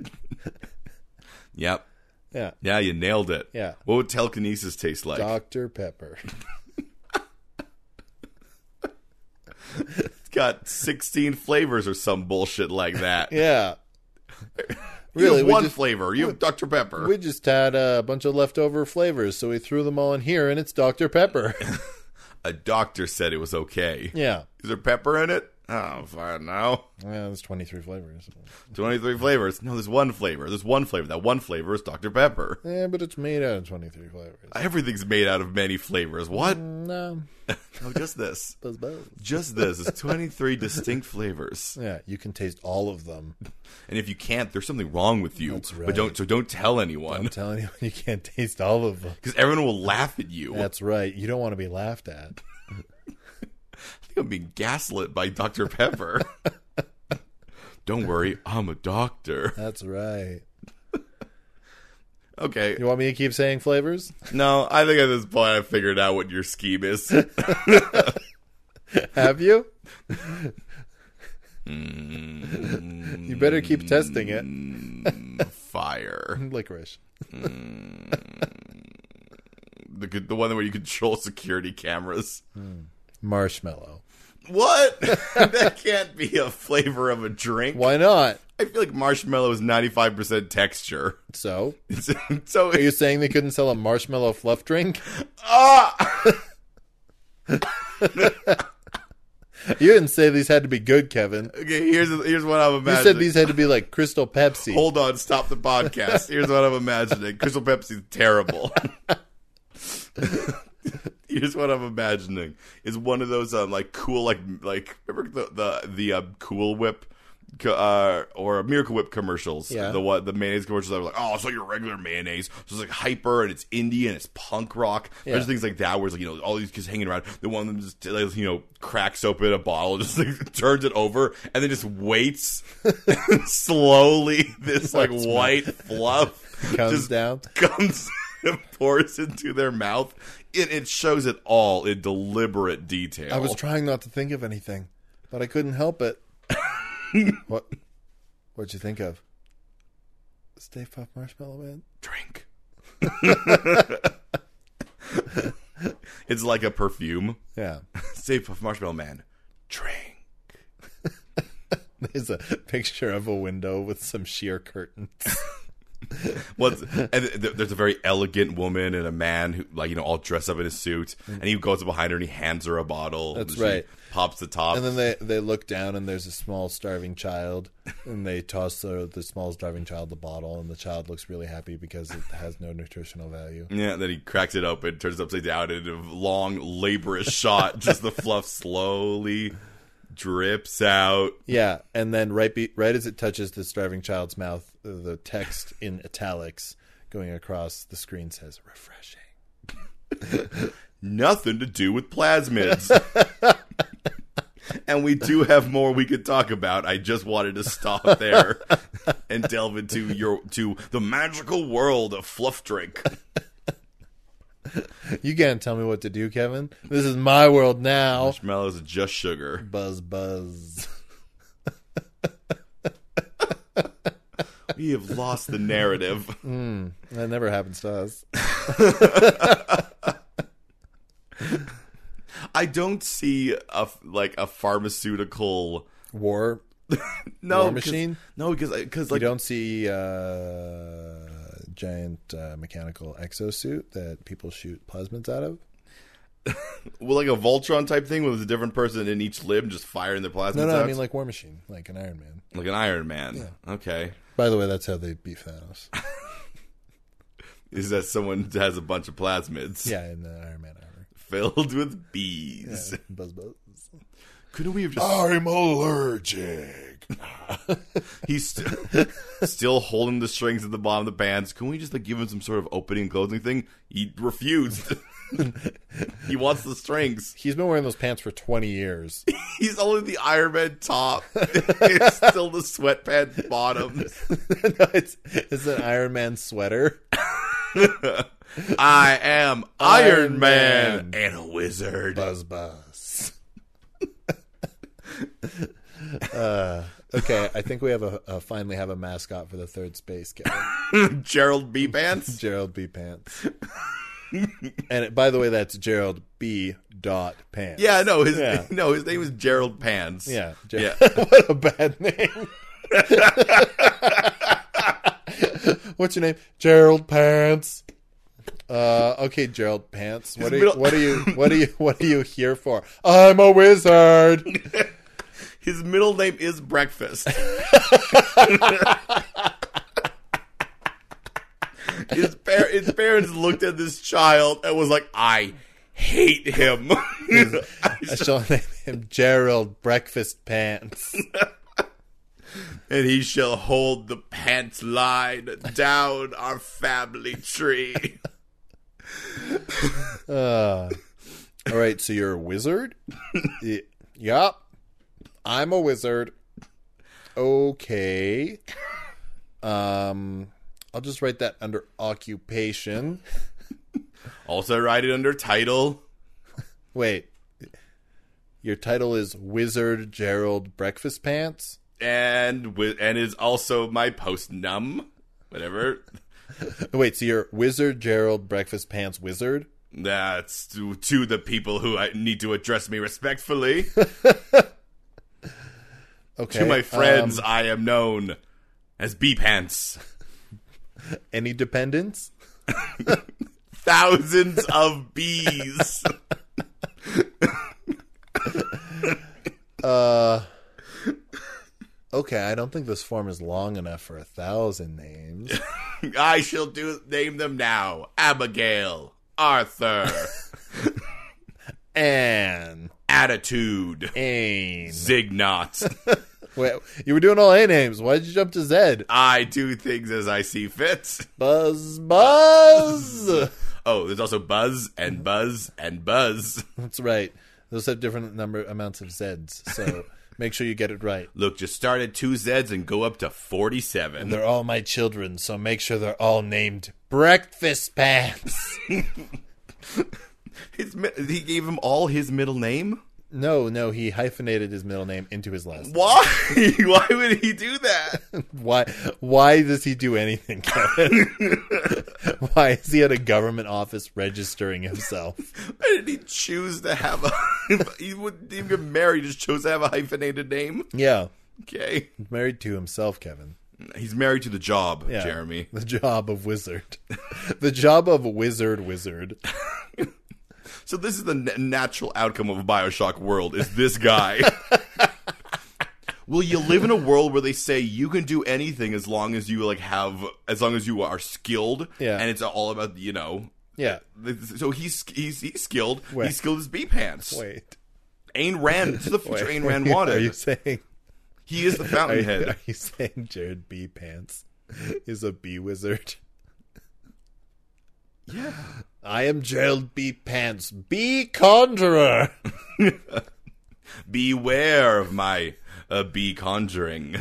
[SPEAKER 1] yep.
[SPEAKER 2] yeah.
[SPEAKER 1] Yeah, you nailed it.
[SPEAKER 2] Yeah.
[SPEAKER 1] What would telekinesis taste like?
[SPEAKER 2] Dr Pepper.
[SPEAKER 1] It's got 16 flavors or some bullshit like that.
[SPEAKER 2] Yeah.
[SPEAKER 1] you
[SPEAKER 2] really,
[SPEAKER 1] have
[SPEAKER 2] we
[SPEAKER 1] one
[SPEAKER 2] just-
[SPEAKER 1] flavor. You have Dr. Pepper.
[SPEAKER 2] We just had uh, a bunch of leftover flavors, so we threw them all in here, and it's Dr Pepper.
[SPEAKER 1] A doctor said it was okay.
[SPEAKER 2] yeah.
[SPEAKER 1] Is there pepper in it? Oh, fine now.
[SPEAKER 2] Yeah, there's 23 flavors.
[SPEAKER 1] 23 flavors. No, there's one flavor. There's one flavor. That one flavor is Dr. Pepper.
[SPEAKER 2] Yeah, but it's made out of 23 flavors.
[SPEAKER 1] Everything's made out of many flavors. What?
[SPEAKER 2] No,
[SPEAKER 1] No, just this.
[SPEAKER 2] those both.
[SPEAKER 1] Just this. It's 23 distinct flavors.
[SPEAKER 2] Yeah, you can taste all of them.
[SPEAKER 1] And if you can't, there's something wrong with you.
[SPEAKER 2] That's
[SPEAKER 1] But
[SPEAKER 2] right.
[SPEAKER 1] don't so don't tell
[SPEAKER 2] I'm
[SPEAKER 1] anyone
[SPEAKER 2] telling you, you can't taste all of them.
[SPEAKER 1] because everyone will laugh at you.
[SPEAKER 2] That's right. You don't want to be laughed at.
[SPEAKER 1] I think I'm being gaslit by Dr. Pepper. Don't worry, I'm a doctor.
[SPEAKER 2] That's right.
[SPEAKER 1] Okay.
[SPEAKER 2] You want me to keep saying flavors?
[SPEAKER 1] No, I think at this point I figured out what your scheme is.
[SPEAKER 2] Have you? you better keep testing it.
[SPEAKER 1] Mm, Fire.
[SPEAKER 2] Licorice.
[SPEAKER 1] The, the one where you control security cameras.
[SPEAKER 2] Marshmallow.
[SPEAKER 1] What? that can't be a flavor of a drink.
[SPEAKER 2] Why not?
[SPEAKER 1] I feel like marshmallow is 95% texture.
[SPEAKER 2] So,
[SPEAKER 1] so
[SPEAKER 2] are you saying they couldn't sell a marshmallow fluff drink?
[SPEAKER 1] ah!
[SPEAKER 2] You didn't say these had to be good, Kevin.
[SPEAKER 1] Okay, here's here's what I'm
[SPEAKER 2] You
[SPEAKER 1] imagining.
[SPEAKER 2] said these had to be like Crystal Pepsi.
[SPEAKER 1] Hold on, stop the podcast. Here's what I'm imagining. Crystal Pepsi's terrible. Here's what I'm imagining is one of those um like cool like like remember the the the um, Cool Whip co- uh, or Miracle Whip commercials.
[SPEAKER 2] Yeah.
[SPEAKER 1] The what the mayonnaise commercials that were like oh it's like your regular mayonnaise. So it's like hyper and it's indie and it's punk rock.
[SPEAKER 2] Yeah.
[SPEAKER 1] There's things like that where it's like you know all these kids hanging around. The one of them just like, you know cracks open a bottle, just like turns it over, and then just waits slowly. This like
[SPEAKER 2] That's
[SPEAKER 1] white fluff
[SPEAKER 2] comes
[SPEAKER 1] just
[SPEAKER 2] down.
[SPEAKER 1] comes and pours into their mouth. It, it shows it all in deliberate detail.
[SPEAKER 2] I was trying not to think of anything, but I couldn't help it. what? What'd you think of? Stay Puft Marshmallow Man.
[SPEAKER 1] drink. it's like a perfume.
[SPEAKER 2] Yeah,
[SPEAKER 1] Stay Puft Marshmallow Man. Drink.
[SPEAKER 2] there's a picture of a window with some sheer curtains.
[SPEAKER 1] What's, and th- there's a very elegant woman and a man who, like, you know, all dressed up in a suit, and he goes up behind her and he hands her a bottle.
[SPEAKER 2] That's
[SPEAKER 1] She
[SPEAKER 2] right.
[SPEAKER 1] Pops the top.
[SPEAKER 2] And then they they look down and there's a small starving child, and they toss the, the small starving child the bottle, and the child looks really happy because it has no nutritional value.
[SPEAKER 1] Yeah, and then he cracks it open, turns it upside down, and in a long, laborious shot, just the fluff slowly drips out.
[SPEAKER 2] Yeah, and then right be, right as it touches the starving child's mouth, the text in italics going across the screen says "refreshing."
[SPEAKER 1] Nothing to do with plasmids. and we do have more we could talk about. I just wanted to stop there and delve into your to the magical world of fluff drink.
[SPEAKER 2] You can't tell me what to do, Kevin. This is my world now.
[SPEAKER 1] Marshmallows are just sugar.
[SPEAKER 2] Buzz, buzz.
[SPEAKER 1] we have lost the narrative.
[SPEAKER 2] That never happens to us.
[SPEAKER 1] I don't see a f- like a pharmaceutical
[SPEAKER 2] War.
[SPEAKER 1] no
[SPEAKER 2] War
[SPEAKER 1] 'cause-
[SPEAKER 2] machine?
[SPEAKER 1] No, because because
[SPEAKER 2] You
[SPEAKER 1] like
[SPEAKER 2] don't see uh, giant uh, mechanical exosuit that people shoot plasmids out of.
[SPEAKER 1] well, like a Voltron type thing with a different person in each limb just firing their plasma.
[SPEAKER 2] No, no, I
[SPEAKER 1] out?
[SPEAKER 2] mean like War Machine, like an Iron Man.
[SPEAKER 1] Like an Iron Man. Okay,
[SPEAKER 2] By the way, that's how they beat Thanos.
[SPEAKER 1] is that someone has a bunch of plasmids
[SPEAKER 2] yeah, in the Iron Man armor.
[SPEAKER 1] filled with bees?
[SPEAKER 2] Yeah, buzz buzz.
[SPEAKER 1] Couldn't we have just?
[SPEAKER 2] I'm allergic.
[SPEAKER 1] He's st- still holding the strings at the bottom of the bands. Can we just like give him some sort of opening and closing thing? He refused. he wants the strings.
[SPEAKER 2] He's been wearing those pants for 20 years.
[SPEAKER 1] He's only the Iron Man top. it's still the sweatpants bottoms.
[SPEAKER 2] no, it's it's an Iron Man sweater.
[SPEAKER 1] I am Iron
[SPEAKER 2] Iron
[SPEAKER 1] Man
[SPEAKER 2] Man.
[SPEAKER 1] and a wizard.
[SPEAKER 2] Buzz buzz. uh, okay, I think we have a, a finally have a mascot for the third space guy,
[SPEAKER 1] Gerald B. Pants.
[SPEAKER 2] Gerald B. Pants. and it, by the way, that's Gerald B. Dot Pants.
[SPEAKER 1] Yeah, no, his
[SPEAKER 2] Yeah.
[SPEAKER 1] no, his name is Gerald Pants.
[SPEAKER 2] yeah, Ger-
[SPEAKER 1] yeah.
[SPEAKER 2] what a bad name. What's your name, Gerald Pants? Uh, okay, Gerald Pants. What are, you,
[SPEAKER 1] middle-
[SPEAKER 2] what are you? What are you? What are you here for? I'm a wizard.
[SPEAKER 1] His middle name is Breakfast. his, par- his parents looked at this child and was like, I hate him.
[SPEAKER 2] I shall name him Gerald Breakfast Pants.
[SPEAKER 1] and he shall hold the pants line down our family tree.
[SPEAKER 2] Uh, all right, so you're a wizard? Y- yup. I'm a wizard. Okay. Um, I'll just write that under occupation.
[SPEAKER 1] also write it under title.
[SPEAKER 2] Wait. Your title is Wizard Gerald Breakfast Pants?
[SPEAKER 1] And with and is also my postnum. Whatever.
[SPEAKER 2] Wait, so you're Wizard Gerald Breakfast Pants Wizard?
[SPEAKER 1] That's to, to the people who I need to address me respectfully.
[SPEAKER 2] Okay.
[SPEAKER 1] To my
[SPEAKER 2] um,
[SPEAKER 1] friends, I am known as B Pants.
[SPEAKER 2] any dependents?
[SPEAKER 1] Thousands of bees.
[SPEAKER 2] Uh, okay, I don't think this form is long enough for a thousand names.
[SPEAKER 1] I shall do name them now. Abigail, Arthur,
[SPEAKER 2] Anne,
[SPEAKER 1] Attitude,
[SPEAKER 2] Ain.
[SPEAKER 1] Zignot.
[SPEAKER 2] Wait, you were doing all A names. Why did you jump to Z?
[SPEAKER 1] I do things as I see fit.
[SPEAKER 2] Buzz, buzz.
[SPEAKER 1] Oh, there's also Buzz and Buzz and Buzz.
[SPEAKER 2] That's right. Those have different number amounts of Z's, so make sure you get it right.
[SPEAKER 1] Look, just start at two Zs and go up to 47.
[SPEAKER 2] They're all my children, so make sure they're all named Breakfast Pants.
[SPEAKER 1] His, mi- he gave him all his middle name?
[SPEAKER 2] no, no, he hyphenated his middle name into his last. name.
[SPEAKER 1] Why? Why would he do that?
[SPEAKER 2] Why? Why does he do anything? Kevin? why is he at a government office registering himself?
[SPEAKER 1] Why did he choose to have a? he wouldn't even get married. Just chose to have a hyphenated name.
[SPEAKER 2] Yeah,
[SPEAKER 1] Okay,
[SPEAKER 2] married to himself, Kevin.
[SPEAKER 1] he's married to the job,
[SPEAKER 2] Yeah.
[SPEAKER 1] Jeremy.
[SPEAKER 2] The job of wizard. the job of wizard, wizard.
[SPEAKER 1] So this is the n- natural outcome of a Bioshock world. Is this guy? Will you live in a world where they say you can do anything as long as you like have as long as you are skilled?
[SPEAKER 2] Yeah.
[SPEAKER 1] and it's all about you know.
[SPEAKER 2] Yeah.
[SPEAKER 1] So he's he's he's skilled.
[SPEAKER 2] Wait.
[SPEAKER 1] He's skilled as bee pants.
[SPEAKER 2] Wait.
[SPEAKER 1] Ayn Rand. This is the future Ayn Rand
[SPEAKER 2] Are you
[SPEAKER 1] wanted.
[SPEAKER 2] saying?
[SPEAKER 1] He is the
[SPEAKER 2] Are you,
[SPEAKER 1] fountainhead.
[SPEAKER 2] are you saying Jared B. Pants is a bee wizard?
[SPEAKER 1] Yeah.
[SPEAKER 2] I am Gerald B. Pants, bee conjurer.
[SPEAKER 1] Beware of my uh, bee conjuring.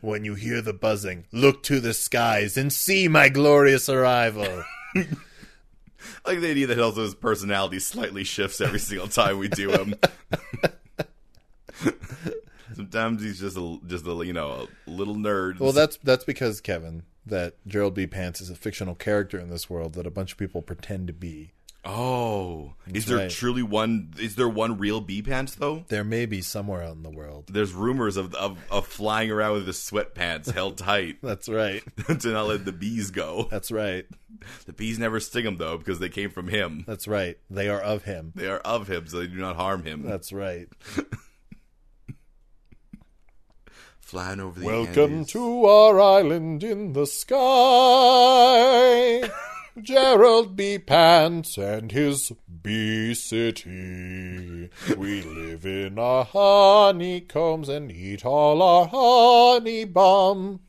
[SPEAKER 2] When you hear the buzzing, look to the skies and see my glorious arrival.
[SPEAKER 1] I like the idea that also his personality slightly shifts every single time we do him. Sometimes he's just a just a you know a little nerd.
[SPEAKER 2] Well, that's that's because Kevin, that Gerald B. Pants is a fictional character in this world that a bunch of people pretend to be.
[SPEAKER 1] oh, is there
[SPEAKER 2] right.
[SPEAKER 1] truly one? Is there one real bee pants though?
[SPEAKER 2] There may be somewhere out in the world.
[SPEAKER 1] There's rumors of of, of flying around with the sweatpants held tight
[SPEAKER 2] That's right.
[SPEAKER 1] to not let the bees go.
[SPEAKER 2] That's right.
[SPEAKER 1] The bees never sting him though because they came from him.
[SPEAKER 2] That's right. They are of him.
[SPEAKER 1] They are of him, so they do not harm him.
[SPEAKER 2] That's right.
[SPEAKER 1] Flying over the
[SPEAKER 2] Welcome
[SPEAKER 1] Andes.
[SPEAKER 2] to our island in the sky. Gerald B. Pants and his bee city. We live in our honeycombs and eat all our honey bomb.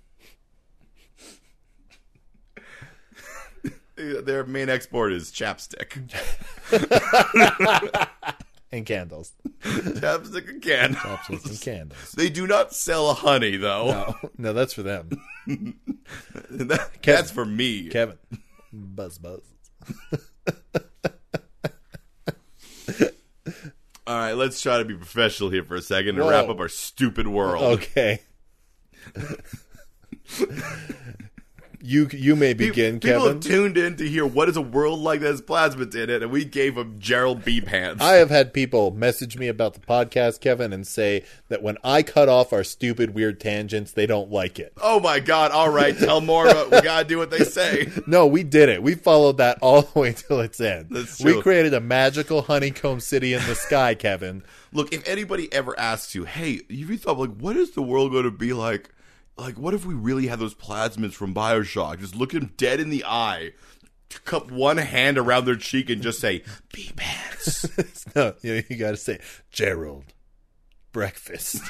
[SPEAKER 1] their main export is chapstick,
[SPEAKER 2] And candles.
[SPEAKER 1] chapstick and candles.
[SPEAKER 2] Absolutely. And candles.
[SPEAKER 1] They do not sell honey though.
[SPEAKER 2] No, no, that's for them.
[SPEAKER 1] That- that's for me.
[SPEAKER 2] Kevin. Buzz buzz.
[SPEAKER 1] All right, let's try to be professional here for a second and
[SPEAKER 2] Whoa.
[SPEAKER 1] wrap up our stupid world.
[SPEAKER 2] Okay. you you may begin,
[SPEAKER 1] People
[SPEAKER 2] Kevin.
[SPEAKER 1] have tuned in to hear what is a world like that has plasmids in it, and we gave them Gerald B. Pants.
[SPEAKER 2] I have had people message me about the podcast, Kevin, and say that when I cut off our stupid, weird tangents, they don't like it.
[SPEAKER 1] oh my God! All right, tell more. About, we gotta do what they say.
[SPEAKER 2] No, we did it. We followed that all the way till its end.
[SPEAKER 1] That's
[SPEAKER 2] we
[SPEAKER 1] true.
[SPEAKER 2] created a magical honeycomb city in the sky, Kevin.
[SPEAKER 1] Look, if anybody ever asks you, "Hey, have you thought like what is the world going to be like? Like, what if we really had those plasmids from Bioshock? Just look them dead in the eye." Cup one hand around their cheek and just say, "Bee pants."
[SPEAKER 2] no, you, you got to say, Gerald, breakfast,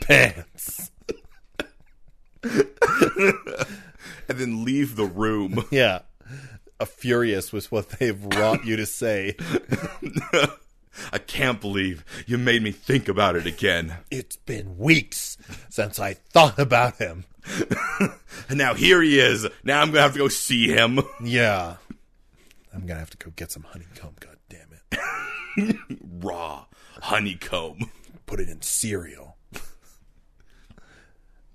[SPEAKER 2] pants.
[SPEAKER 1] and then leave the room.
[SPEAKER 2] Yeah. A furious with what they've wrought you to say.
[SPEAKER 1] I can't believe you made me think about it again.
[SPEAKER 2] It's been weeks since I thought about him.
[SPEAKER 1] And now here he is. Now I'm gonna have to go see him.
[SPEAKER 2] Yeah. I'm gonna have to go get some honeycomb, god damn it.
[SPEAKER 1] Raw honeycomb.
[SPEAKER 2] Put it in cereal.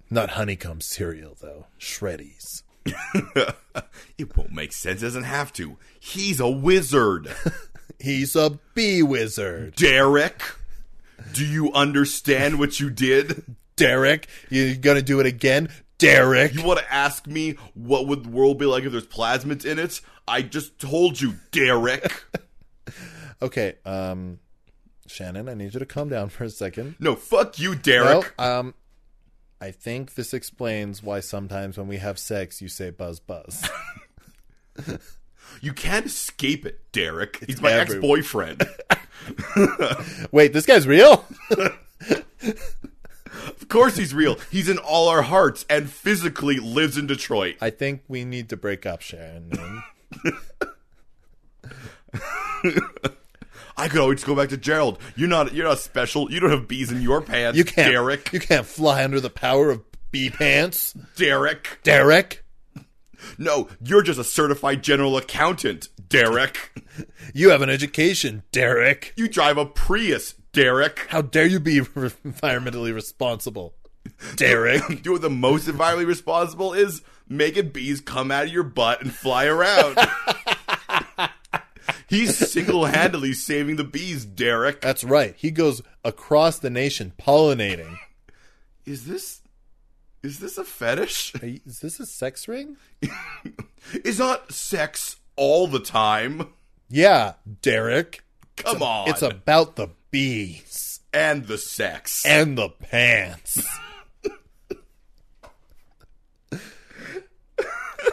[SPEAKER 2] Not honeycomb cereal though. Shreddies.
[SPEAKER 1] It won't make sense. Doesn't have to. He's a wizard.
[SPEAKER 2] He's a bee wizard.
[SPEAKER 1] Derek, do you understand what you did?
[SPEAKER 2] Derek, you gonna do it again? Derek.
[SPEAKER 1] You want to ask me what would the world be like if there's plasmids in it? I just told you, Derek.
[SPEAKER 2] Okay, um Shannon, I need you to calm down for a second.
[SPEAKER 1] No, fuck you, Derek.
[SPEAKER 2] Well, um I think this explains why sometimes when we have sex you say buzz buzz.
[SPEAKER 1] You can't escape it, Derek. He's my
[SPEAKER 2] everywhere.
[SPEAKER 1] ex-boyfriend.
[SPEAKER 2] Wait, this guy's real?
[SPEAKER 1] of course he's real. He's in all our hearts and physically lives in Detroit.
[SPEAKER 2] I think we need to break up, Sharon.
[SPEAKER 1] I could always go back to Gerald. You're not you're not special. You don't have bees in your pants.
[SPEAKER 2] You can't,
[SPEAKER 1] Derek.
[SPEAKER 2] You can't fly under the power of bee pants,
[SPEAKER 1] Derek.
[SPEAKER 2] Derek.
[SPEAKER 1] No, you're just a certified general accountant, Derek.
[SPEAKER 2] You have an education, Derek.
[SPEAKER 1] You drive a Prius, Derek.
[SPEAKER 2] How dare you be environmentally responsible, Derek?
[SPEAKER 1] Do what the most environmentally responsible is making bees come out of your butt and fly around. He's single handedly saving the bees, Derek.
[SPEAKER 2] That's right. He goes across the nation pollinating.
[SPEAKER 1] Is this is this a fetish?
[SPEAKER 2] Are you- Is this a sex ring?
[SPEAKER 1] It's not sex all the time.
[SPEAKER 2] Yeah, Derek.
[SPEAKER 1] Come on.
[SPEAKER 2] It's about the bees
[SPEAKER 1] and the sex.
[SPEAKER 2] and the pants.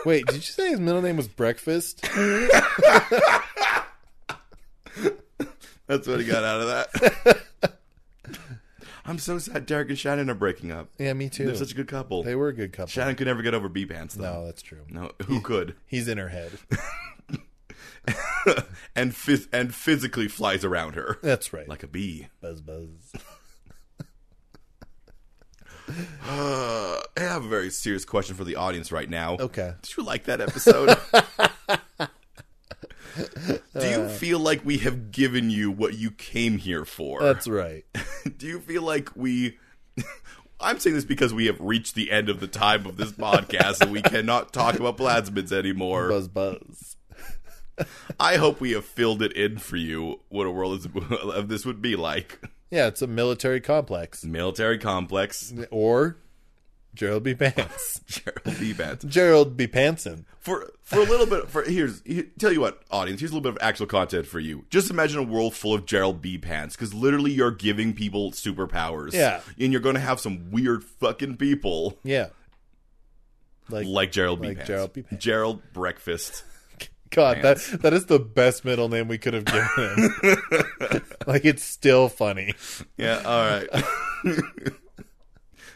[SPEAKER 2] Wait, did you say his middle name was Breakfast?
[SPEAKER 1] That's what he got out of that. I'm so sad Derek and Shannon are breaking up.
[SPEAKER 2] Yeah, me too.
[SPEAKER 1] They're such a good couple.
[SPEAKER 2] They were a good couple.
[SPEAKER 1] Shannon could never get over B pants though.
[SPEAKER 2] No, that's true.
[SPEAKER 1] No, who could?
[SPEAKER 2] He's in her head.
[SPEAKER 1] and phys- and physically flies around her
[SPEAKER 2] That's right.
[SPEAKER 1] like a bee.
[SPEAKER 2] buzz buzz.
[SPEAKER 1] Uh, I have a very serious question for the audience right now.
[SPEAKER 2] Okay.
[SPEAKER 1] Did you like that episode? Do you feel like we have given you what you came here for?
[SPEAKER 2] That's right.
[SPEAKER 1] Do you feel like we I'm saying this because we have reached the end of the time of this podcast and we cannot talk about plasmids anymore.
[SPEAKER 2] Buzz buzz.
[SPEAKER 1] I hope we have filled it in for you what a world is, of this would be like.
[SPEAKER 2] Yeah, it's a military complex.
[SPEAKER 1] Military complex,
[SPEAKER 2] Or Gerald B. Pants.
[SPEAKER 1] Gerald B. Vance.
[SPEAKER 2] Gerald B. Pantson.
[SPEAKER 1] for for a little bit for here's here, tell you what audience here's a little bit of actual content for you just imagine a world full of gerald b pants because literally you're giving people superpowers
[SPEAKER 2] Yeah.
[SPEAKER 1] and you're gonna have some weird fucking people
[SPEAKER 2] Yeah. Like,
[SPEAKER 1] like gerald b
[SPEAKER 2] like
[SPEAKER 1] pants
[SPEAKER 2] Gerald B. Pants.
[SPEAKER 1] Gerald breakfast
[SPEAKER 2] God, that that is the best middle name we could have given him. like it's still funny.
[SPEAKER 1] yeah all right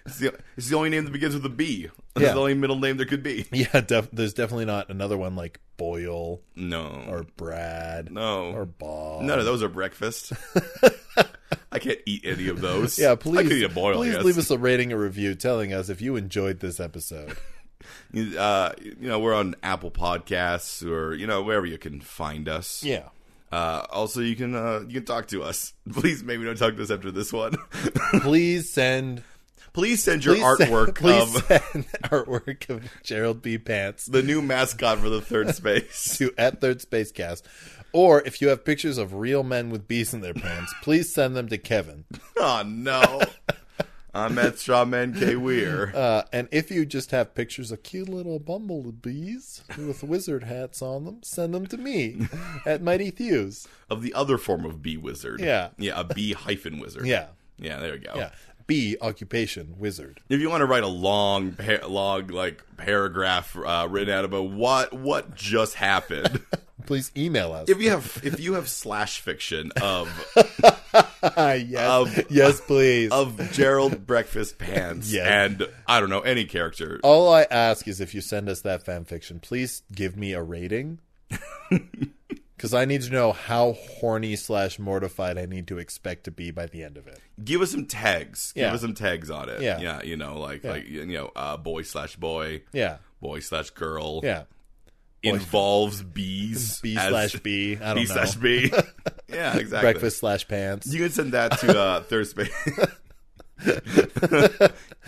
[SPEAKER 1] it's, the, it's the only name that begins with a b it's
[SPEAKER 2] Yeah.
[SPEAKER 1] the only middle name there could be
[SPEAKER 2] Yeah, def- there's definitely not another one like Boyle
[SPEAKER 1] no
[SPEAKER 2] or Brad
[SPEAKER 1] no
[SPEAKER 2] or Bob.
[SPEAKER 1] none of those are breakfast i can't eat any of those
[SPEAKER 2] Yeah,
[SPEAKER 1] i could eat
[SPEAKER 2] please,
[SPEAKER 1] a boil
[SPEAKER 2] please
[SPEAKER 1] yes.
[SPEAKER 2] leave us a rating, a review, telling us if you enjoyed this episode.
[SPEAKER 1] uh, you know, we're on Apple Podcasts or you know wherever you can find us.
[SPEAKER 2] Yeah,
[SPEAKER 1] Uh, also, you can uh, you can talk to us. Please, maybe don't talk to us after this one.
[SPEAKER 2] please send
[SPEAKER 1] please send your
[SPEAKER 2] please send-
[SPEAKER 1] artwork
[SPEAKER 2] please
[SPEAKER 1] of
[SPEAKER 2] send artwork of Gerald B. Pants
[SPEAKER 1] the new mascot for the third space.
[SPEAKER 2] to at Third Spacecast, or if you have pictures of real men with bees in their pants, please send them to Kevin.
[SPEAKER 1] oh no. I'm at Strawman K. Weir.
[SPEAKER 2] Uh, and if you just have pictures of cute little bumblebees with wizard hats on them, send them to me at Mighty Thews.
[SPEAKER 1] Of the other form of bee wizard.
[SPEAKER 2] Yeah.
[SPEAKER 1] Yeah, a bee hyphen wizard.
[SPEAKER 2] Yeah,
[SPEAKER 1] Yeah, there you go.
[SPEAKER 2] yeah. B occupation wizard.
[SPEAKER 1] If you want to write a long, pa- long like paragraph uh, written out about what what just happened,
[SPEAKER 2] Please email us.
[SPEAKER 1] if you have if you have slash fiction of
[SPEAKER 2] Uh, yes,
[SPEAKER 1] Of-
[SPEAKER 2] yes, please.
[SPEAKER 1] of Gerald Breakfast Pants
[SPEAKER 2] Yes.
[SPEAKER 1] and I don't know any character.
[SPEAKER 2] All I ask is if you send us that fan fiction, please give me a rating. Because I need to know how horny slash mortified I need to expect to be by the end of it.
[SPEAKER 1] Give us some tags.
[SPEAKER 2] Yeah.
[SPEAKER 1] Give us some tags on it.
[SPEAKER 2] Yeah.
[SPEAKER 1] yeah you know, like like you know, uh, boy slash boy,
[SPEAKER 2] Yeah,
[SPEAKER 1] boy slash girl.
[SPEAKER 2] yeah.
[SPEAKER 1] Involves bees.
[SPEAKER 2] B
[SPEAKER 1] as-
[SPEAKER 2] slash B. I don't
[SPEAKER 1] B
[SPEAKER 2] know.
[SPEAKER 1] slash B. yeah, exactly.
[SPEAKER 2] Breakfast slash pants.
[SPEAKER 1] You can send that to uh, Thursday.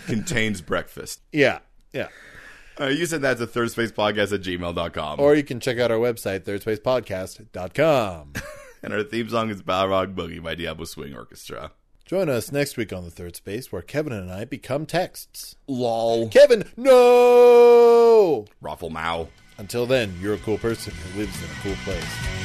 [SPEAKER 1] Contains breakfast.
[SPEAKER 2] Yeah, yeah.
[SPEAKER 1] Uh, you send that to thirdspacepodcast at gmail.com.
[SPEAKER 2] Or you can check out our website, thirdspacepodcast.com.
[SPEAKER 1] and our theme song is Balrog Boogie by Diablo Swing Orchestra.
[SPEAKER 2] Join us next week on The Third Space, where Kevin and I become texts.
[SPEAKER 1] Lol.
[SPEAKER 2] Kevin, no!
[SPEAKER 1] Raffle Mao.
[SPEAKER 2] Until then, you're a cool person who lives in a cool place.